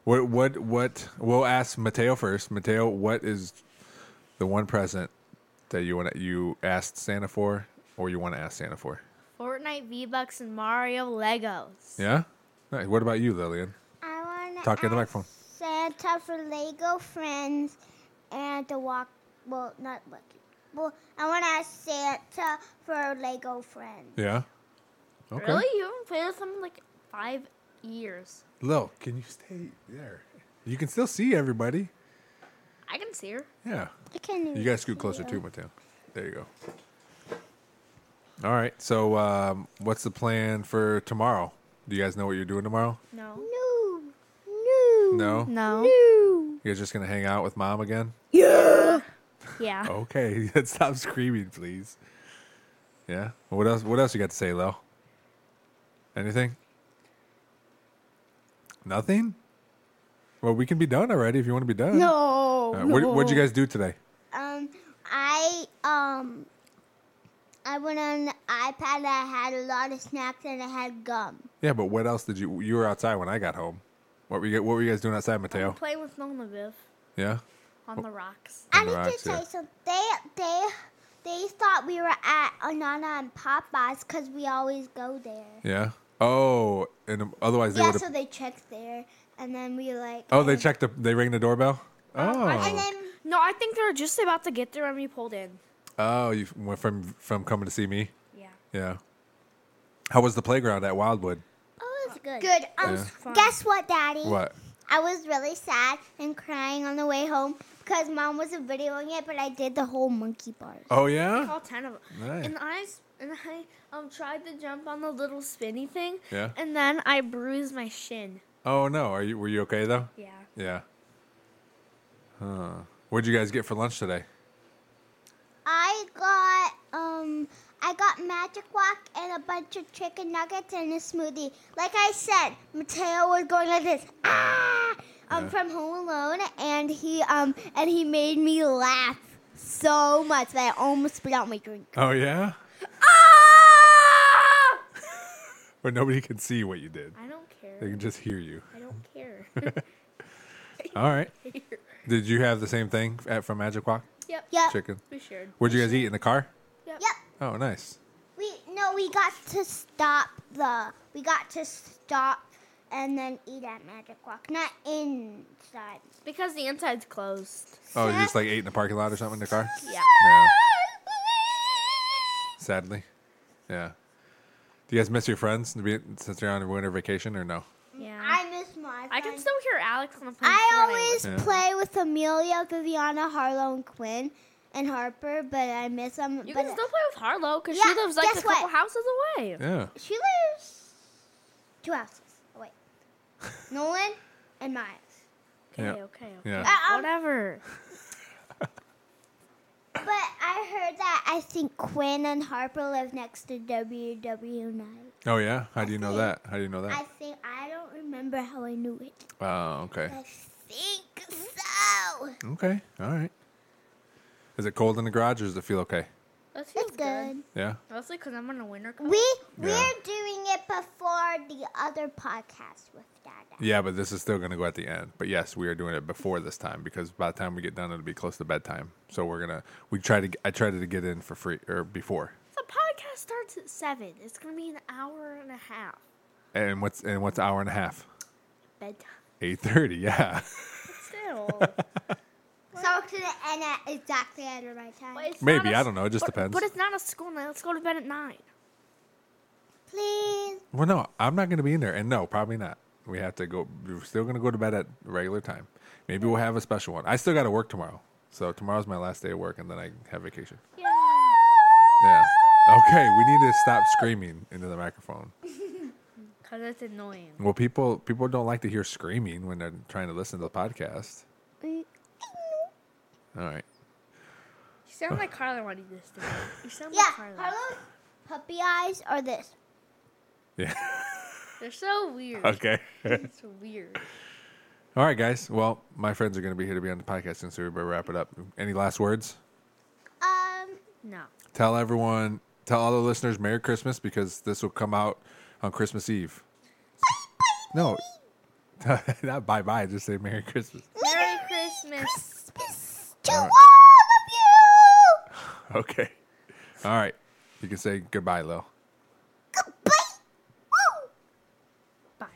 C: What? What? What? We'll ask Mateo first. Mateo, what is the one present that you want? You asked Santa for, or you want to ask Santa for?
F: Fortnite V Bucks and Mario Legos.
C: Yeah. Nice. What about you, Lillian?
A: I want to
C: Talk into the microphone.
A: Santa for Lego friends and the walk. Well, not walkie. Well, I want to ask Santa for Lego friends.
C: Yeah. Okay.
F: Really? You haven't played with them in like five years.
C: Lil, can you stay there? You can still see everybody.
F: I can see her.
C: Yeah.
A: I can.
C: You guys scoot closer too, Mateo. There you go. All right. So, um, what's the plan for tomorrow? Do you guys know what you're doing tomorrow?
F: No.
A: No. No.
C: No.
F: No.
C: You're just gonna hang out with mom again?
F: Yeah.
C: Oh, Okay, <laughs> stop screaming, please. Yeah. What else? What else you got to say, Lo? Anything? Nothing. Well, we can be done already if you want to be done.
A: No.
C: All right, what, what'd you guys do today?
A: Um, I um, I went on the iPad. I had a lot of snacks and I had gum.
C: Yeah, but what else did you? You were outside when I got home. What were you? What were you guys doing outside, Mateo?
F: Playing with Mona Viv
C: Yeah.
F: on
C: Oh.
F: the rocks.
A: I
C: And
A: need to
C: rocks, yeah.
A: say something. They they they thought we were at Anana and Popeyes because we always go there.
C: Yeah. Oh, and um, otherwise they
A: Yeah,
C: would
A: so
C: have.
A: they checked there, and then we like. um,
C: Oh, they checked the. They rang the doorbell.
A: Uh, And
C: Oh.
A: then
F: No, I think they were just about to get there when we pulled in.
C: Oh, you went from from coming to see me.
F: Yeah.
C: Yeah. How was the playground at Wildwood?
A: oh, it's good. Good. Um, guess what, Daddy?
C: What?
A: I was really sad and crying on the way home because Mom wasn't videoing it, but I did the whole monkey bars.
C: Oh yeah.
F: All ten of them.
C: Nice.
F: And I s- and I um tried to jump on the little spinny thing.
C: Yeah.
F: And then I bruised my shin.
C: Oh no. Are you? Were you okay though?
F: Yeah.
C: Yeah. Huh. What'd you guys get for lunch today?
A: I got um I got magic walk and a bunch of chicken nuggets and a smoothie. Like I said, Mateo was going like this. Ah um from Home Alone and he um and he made me laugh so much that I almost spit out my drink.
C: Oh yeah. But nobody can see what you did.
F: I don't care.
C: They can just hear you. <laughs>
F: I don't care. <laughs>
C: All right. Did you have the same thing at, from Magic Walk?
F: yep.
A: Yep.
C: Chicken.
F: We shared.
C: What'd you guys eat in the car?
A: Yep.
C: Oh, nice.
A: We no, we got to stop the we got to stop and then eat at Magic Walk, not inside.
F: Because the inside's closed.
C: Oh, you just like ate in the parking lot or something in the car?
F: Yeah.
C: Yeah. Sadly. Yeah. Do you guys miss your friends be- since you're on winter vacation or no?
F: Yeah. I,
A: Mm, I miss my.
F: can
A: friends.
F: still hear Alex on the phone.
A: I always
C: Yeah.
A: play with Amelia, Viviana, Harlow, and Quinn, and Harper, but I miss them.
F: You
A: but
F: can still play with Harlow because
A: Yeah,
F: she lives like a
A: guess
F: couple
A: what?
F: houses away.
C: Yeah.
A: she lives two houses away. Nolan and Miles.
F: Okay,
C: Yeah.
F: okay, okay.
C: Yeah.
A: Uh, um,
F: Whatever.
A: but I heard that I think Quinn and Harper live next to WW Night.
C: Oh yeah. How do you know that? How do you know
A: I
C: that?
A: think I don't remember how I knew it.
C: Wow. Oh, Okay.
A: I think so. out.
C: Okay. All right. Is it cold in the garage or does it feel okay?
F: That feels
A: It's good.
C: Yeah.
F: Mostly because I'm on a winter coat.
A: We we're
C: Yeah.
A: doing it before the other podcast with Dada.
C: Yeah, but this is still going to go at the end. But yes, we are doing it before this time because by the time we get done, it'll be close to bedtime. So we're gonna we try to I tried to get in for free or before.
F: The podcast starts at seven. It's gonna be an hour and a half.
C: And what's and what's hour and a half?
F: Bedtime.
C: Eight thirty. <laughs> Yeah.
F: <laughs> Still.
A: So it's gonna end at exactly at the right time.
F: But it's
C: Maybe,
F: not a
C: I
F: s-
C: don't know, it just
F: but-
C: depends.
F: But it's not a school night. Let's go to bed at nine.
A: Please.
C: Well, no, I'm not going to be in there, and no, probably not. We have to go. We're still going to go to bed at regular time. Maybe we'll have a special one. I still got to work tomorrow, so tomorrow's my last day of work, and then I have vacation.
F: Yeah.
C: Yeah. Okay, we need to stop screaming into the microphone.
F: Cause it's annoying.
C: Well, people people don't like to hear screaming when they're trying to listen to the podcast. All right.
F: You sound like Carla when you this day. You sound
A: Yeah,
F: like Carla.
A: Carlos, puppy eyes or this?
C: Yeah.
F: They're so weird.
C: Okay.
F: It's weird.
C: <laughs> All right, guys. Well, my friends are going to be here to be on the podcast soon, so we better wrap it up. Any last words?
A: Um,
F: No.
C: tell everyone, tell all the listeners Merry Christmas because this will come out on Christmas Eve. No, <laughs> not bye bye. Just say Merry Christmas. <laughs>
F: Merry Christmas.
A: Christmas to all of you.
C: Okay. All right. You can say goodbye, Lil.